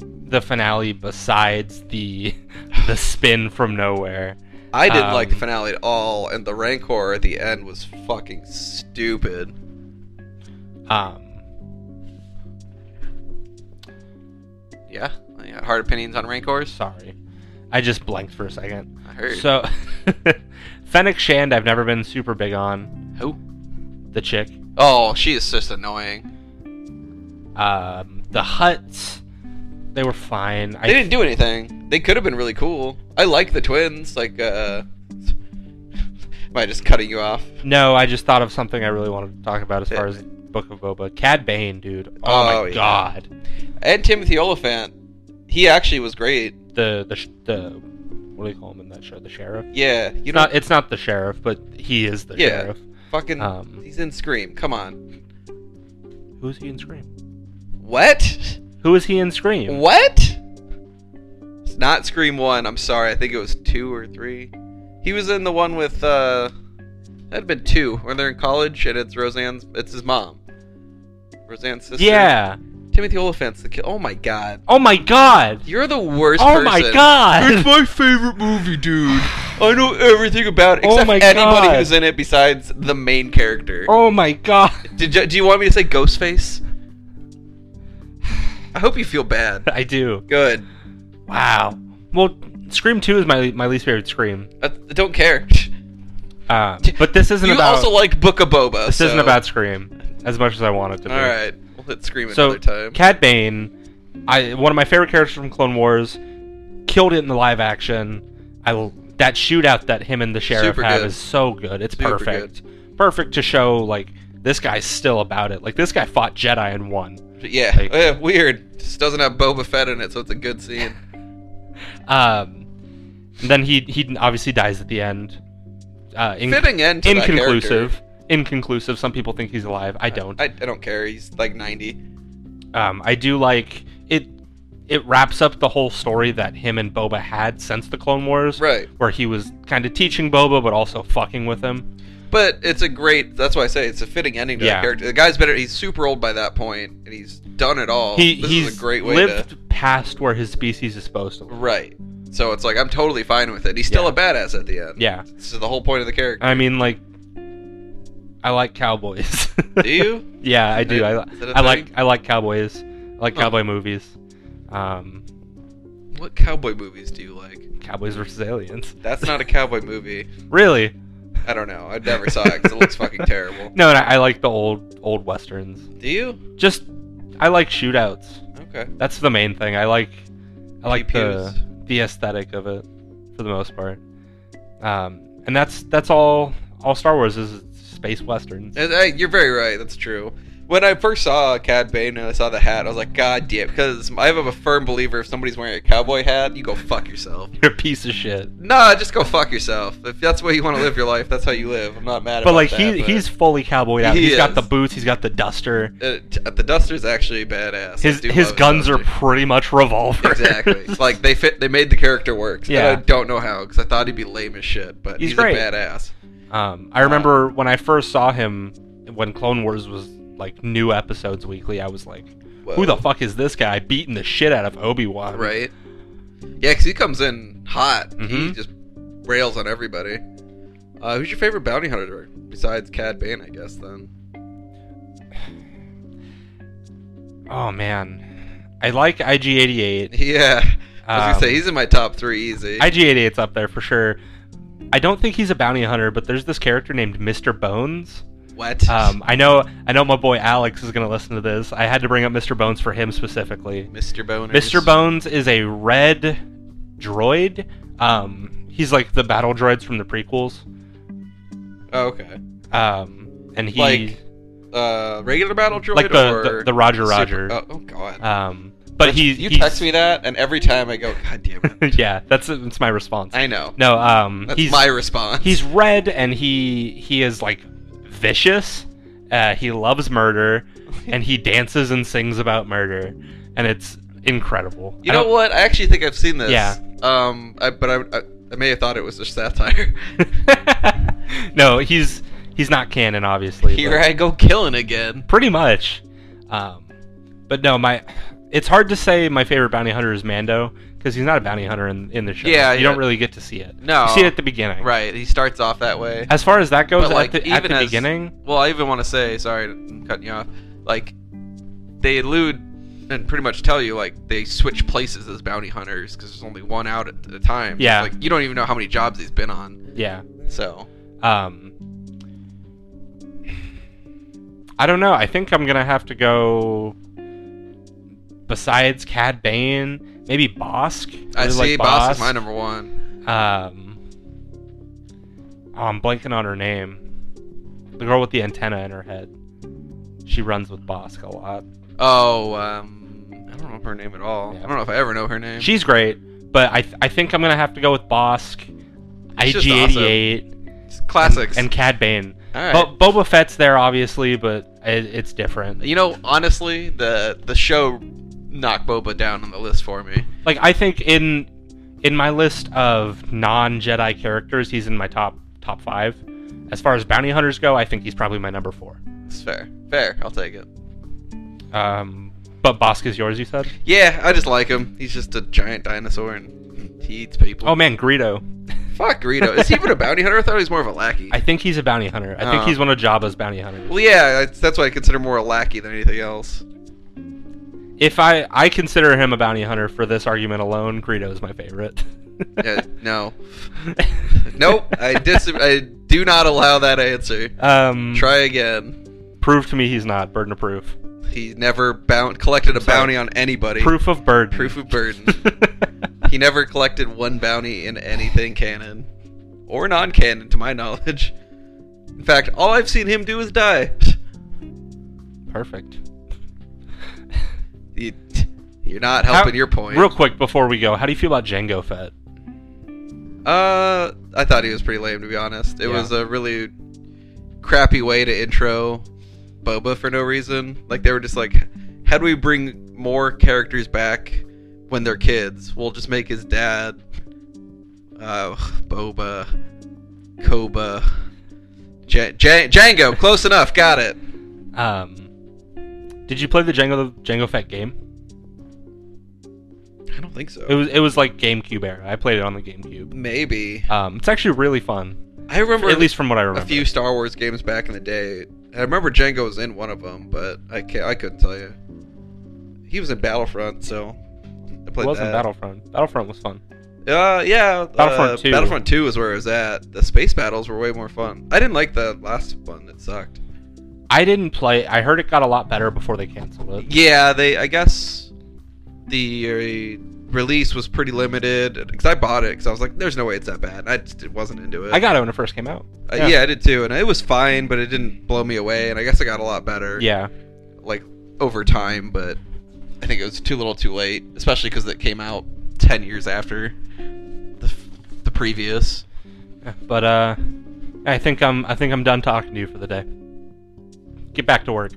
S3: the finale besides the the spin from nowhere.
S2: I didn't like the
S3: Um,
S2: finale at all, and the Rancor at the end was fucking stupid.
S3: Um
S2: Yeah, I got hard opinions on Rancors.
S3: sorry. I just blanked for a second.
S2: I heard.
S3: So Fennec Shand I've never been super big on.
S2: Who?
S3: The chick.
S2: Oh, she is just annoying.
S3: Um the huts they were fine. I
S2: They didn't do anything. They could have been really cool. I like the twins. Like, uh, am I just cutting you off?
S3: No, I just thought of something I really wanted to talk about as far
S2: Yeah.
S3: as Book of Boba. Cad Bane, dude. Oh,
S2: Oh,
S3: my
S2: yeah.
S3: god.
S2: And Timothy Oliphant, he actually was great.
S3: The the sh- the what do you call him in that show? The sheriff.
S2: Yeah, you
S3: It's
S2: know,
S3: not it's not the sheriff, but he is the
S2: Yeah.
S3: sheriff.
S2: fucking,
S3: um,
S2: he's in Scream. Come on,
S3: Who is he in Scream?
S2: what?
S3: Who is he in Scream?
S2: What? It's not Scream One. I'm sorry. I think it was two or three. He was in the one with uh, that'd been two where they're in college and it's Roseanne's. It's his mom, Roseanne's sister.
S3: Yeah.
S2: Timothy Oliphant's the kid. Oh my god,
S3: Oh my god.
S2: you're the worst.
S3: Oh my
S2: person. It's
S3: god.
S2: my favorite movie, dude. I know everything about it
S3: Oh
S2: except
S3: my
S2: anybody
S3: God.
S2: who's in it besides the main character.
S3: Oh my god.
S2: Did you, do you want me to say Ghostface? I hope you feel bad.
S3: I do.
S2: Good.
S3: Wow. Well, Scream 2 is my my least favorite Scream.
S2: I, I don't care.
S3: Uh, but this isn't
S2: you
S3: about
S2: also like Book of Boba.
S3: this
S2: so-
S3: isn't about Scream as much as I want it to be.
S2: All right, we'll hit Scream
S3: So
S2: another time.
S3: Cad Bane, I one of my favorite characters from Clone Wars, killed it in the live action. I will that shootout that him and the sheriff
S2: Super
S3: have
S2: good.
S3: is so good. It's
S2: Super
S3: perfect. Perfect to show like this guy's still about it. Like this guy fought Jedi and won.
S2: yeah,
S3: like-
S2: yeah, weird. Just doesn't have Boba Fett in it, so it's a good scene.
S3: Um, and then he he obviously dies at the end. Uh, in-
S2: Fitting end to that
S3: inconclusive.
S2: character.
S3: Inconclusive. Some people think he's alive. I don't.
S2: I, I don't care. He's like 90.
S3: um, I do like it. It wraps up the whole story that him and Boba had since the Clone Wars,
S2: Right.
S3: where he was kind of teaching Boba but also fucking with him.
S2: But it's a great. That's why I say it's a fitting ending to
S3: Yeah.
S2: that character. The guy's better. He's super old by that point, and he's done it all.
S3: he
S2: Oh, this
S3: he's
S2: is a great way
S3: lived
S2: to.
S3: past where his species is supposed to. live.
S2: Right. So it's like I'm totally fine with it. He's still
S3: Yeah.
S2: a badass at the end.
S3: Yeah,
S2: This is the whole point of the character.
S3: I mean, like, I like cowboys.
S2: Do you?
S3: yeah, I do. I,
S2: Is that a
S3: I like
S2: thing?
S3: I like cowboys. I like
S2: Huh.
S3: cowboy movies. Um,
S2: What cowboy movies do you like?
S3: cowboys versus aliens.
S2: That's not a cowboy movie.
S3: Really?
S2: I don't know. I never saw it 'cause it looks fucking terrible.
S3: No, and I, I like the old old westerns.
S2: Do you?
S3: Just I like shootouts.
S2: Okay.
S3: That's the main thing. I like I like the
S2: Pew-pews.
S3: the aesthetic of it for the most part. Um, and that's that's all all Star Wars is space westerns.
S2: And, uh, you're very right. That's true. When I first saw Cad Bane and I saw the hat, I was like, God damn. Because I'm a firm believer if somebody's wearing a cowboy hat, you go fuck yourself.
S3: You're a piece of shit.
S2: Nah, just go fuck yourself. If that's the way you want to live your life, that's how you live. I'm not mad
S3: But
S2: about
S3: like
S2: that.
S3: he he's fully cowboyed out.
S2: He
S3: He's got
S2: is.
S3: the boots. He's got the duster.
S2: Uh, t- the Duster's actually badass. I
S3: His
S2: do
S3: his
S2: love
S3: guns are
S2: Duster.
S3: pretty much revolvers.
S2: Exactly. like they fit. They made the character work. And
S3: Yeah.
S2: I don't know how because I thought he'd be lame as shit, but
S3: He's
S2: he's,
S3: great.
S2: a badass.
S3: Um, I remember when I first saw him when Clone Wars was like new episodes weekly. I was like, "Who
S2: Whoa.
S3: the fuck is this guy beating the shit out of Obi Wan?"
S2: Right. Yeah, because he comes in hot. He
S3: Mhm.
S2: just rails on everybody. Uh, who's your favorite bounty hunter besides Cad Bane? I guess then.
S3: Oh man, I like IG88.
S2: Yeah. I was
S3: Um,
S2: gonna say he's in my top three easy.
S3: IG88's up there for sure. I don't think he's a bounty hunter, but there's this character named Mr. Bones.
S2: What?
S3: Um, I know, I know, my boy Alex is gonna listen to this. I had to bring up Mr. Bones for him specifically.
S2: Mr. Boner.
S3: Mr. Bones is a red droid. Um, he's like the battle droids from the prequels.
S2: Oh, okay.
S3: Um, and he
S2: Like Uh, regular battle droid
S3: like the,
S2: or
S3: the the Roger
S2: super-
S3: Roger.
S2: Oh, oh God.
S3: Um, but he
S2: you
S3: he's-
S2: text me that, and every time I go, God damn it.
S3: yeah, that's that's my response.
S2: I know.
S3: no, um,
S2: That's
S3: he's
S2: my response.
S3: he's red and he he is like vicious. Uh, he loves murder and he dances and sings about murder, and it's incredible.
S2: You
S3: I
S2: know
S3: don't-
S2: what? I actually think I've seen this.
S3: Yeah.
S2: Um, I, but I, I, I may have thought it was a satire.
S3: no, he's he's not canon, obviously.
S2: Here
S3: but-
S2: I go killing again.
S3: pretty much. Um, but no, my it's hard to say my favorite bounty hunter is Mando because he's not a bounty hunter in, in the show.
S2: Yeah,
S3: you
S2: yeah.
S3: don't really get to see it.
S2: No.
S3: you see it at the beginning.
S2: Right. He starts off that way.
S3: As far as that goes,
S2: But, like,
S3: at the, at
S2: even
S3: the
S2: as-
S3: beginning,
S2: Well, I even want to say, sorry, I'm cutting you off. Like, they allude and pretty much tell you like they switch places as bounty hunters because there's only one out at a time. It's
S3: Yeah.
S2: Like you don't even know how many jobs he's been on.
S3: yeah.
S2: So
S3: Um, I don't know. I think I'm gonna have to go. Besides Cad Bane, maybe Bosk.
S2: I
S3: Really
S2: see
S3: like
S2: Boss is
S3: Bosk.
S2: my number one.
S3: Um, oh, I'm blanking on her name. The girl with the antenna in her head. She runs with Bosk a lot.
S2: Oh, um, I don't know her name at all.
S3: Yeah.
S2: I don't know if I ever know her name.
S3: She's great, but I, th- I think I'm gonna have to go with Bosk,
S2: It's just
S3: IG88,
S2: She's classics.
S3: and Cad Bane.
S2: all right.
S3: But Boba Fett's there obviously, but it, it's different.
S2: You know, honestly, the the show knocked Boba down on the list for me.
S3: Like I think in in my list of non Jedi characters, he's in my top top five. As far as bounty hunters go, I think he's probably my number four.
S2: It's fair. Fair. I'll take it.
S3: Um, but Bosk is yours, you said.
S2: Yeah, I just like him. He's just a giant dinosaur and he eats people.
S3: Oh man, Greedo.
S2: Fuck Greedo. Is he even a bounty hunter? I thought he was more of a lackey.
S3: I think he's a bounty hunter. I think
S2: Uh.
S3: he's one of Jabba's bounty hunters.
S2: Well, yeah, that's- that's why I consider more a lackey than anything else.
S3: If I I consider him a bounty hunter for this argument alone, Greedo is my favorite.
S2: Yeah, no. Nope. I dis- I do not allow that answer.
S3: um,
S2: Try again.
S3: prove to me he's not burden of proof.
S2: He never bound collected a
S3: sorry.
S2: bounty on anybody.
S3: Proof of burden.
S2: Proof of burden. he never collected one bounty in anything canon or non-canon to my knowledge in fact all i've seen him do is die
S3: Perfect.
S2: you, are not helping
S3: How-
S2: your point
S3: Real quick before we go, how do you feel about Django Fett?
S2: uh i thought he was pretty lame to be honest it
S3: Yeah.
S2: was a really crappy way to intro boba for no reason like they were just like how do we bring more characters back when they're kids we'll just make his dad uh boba koba Ja- Ja- Django, close enough. Got it.
S3: Um, did you play the Django Django Fett game?
S2: I don't think so.
S3: It was it was like GameCube era. I played it on the GameCube.
S2: Maybe.
S3: Um, it's actually really fun,
S2: I remember
S3: at least from what I
S2: a
S3: remember.
S2: few Star Wars games back in the day. I remember Django was in one of them, but I can't, I couldn't tell you. He was in Battlefront, so I
S3: it
S2: played
S3: wasn't
S2: that.
S3: Battlefront. Battlefront was fun.
S2: Uh, yeah,
S3: Battlefront
S2: uh,
S3: 2.
S2: Battlefront Two is where it was at. The space battles were way more fun. I didn't like the last one; it sucked.
S3: I didn't play. I heard it got a lot better before they canceled it.
S2: Yeah, they. I guess the uh, release was pretty limited because I bought it because I was like, "There's no way it's that bad." I just wasn't into it.
S3: I got it when it first came out.
S2: Uh, yeah. I did too, and it was fine, but it didn't blow me away. And I guess I got a lot better,
S3: Yeah.
S2: like over time. But I think it was too little, too late, especially because it came out ten years after the f- the previous.
S3: But uh I think I'm I think I'm done talking to you for the day. Get back to work.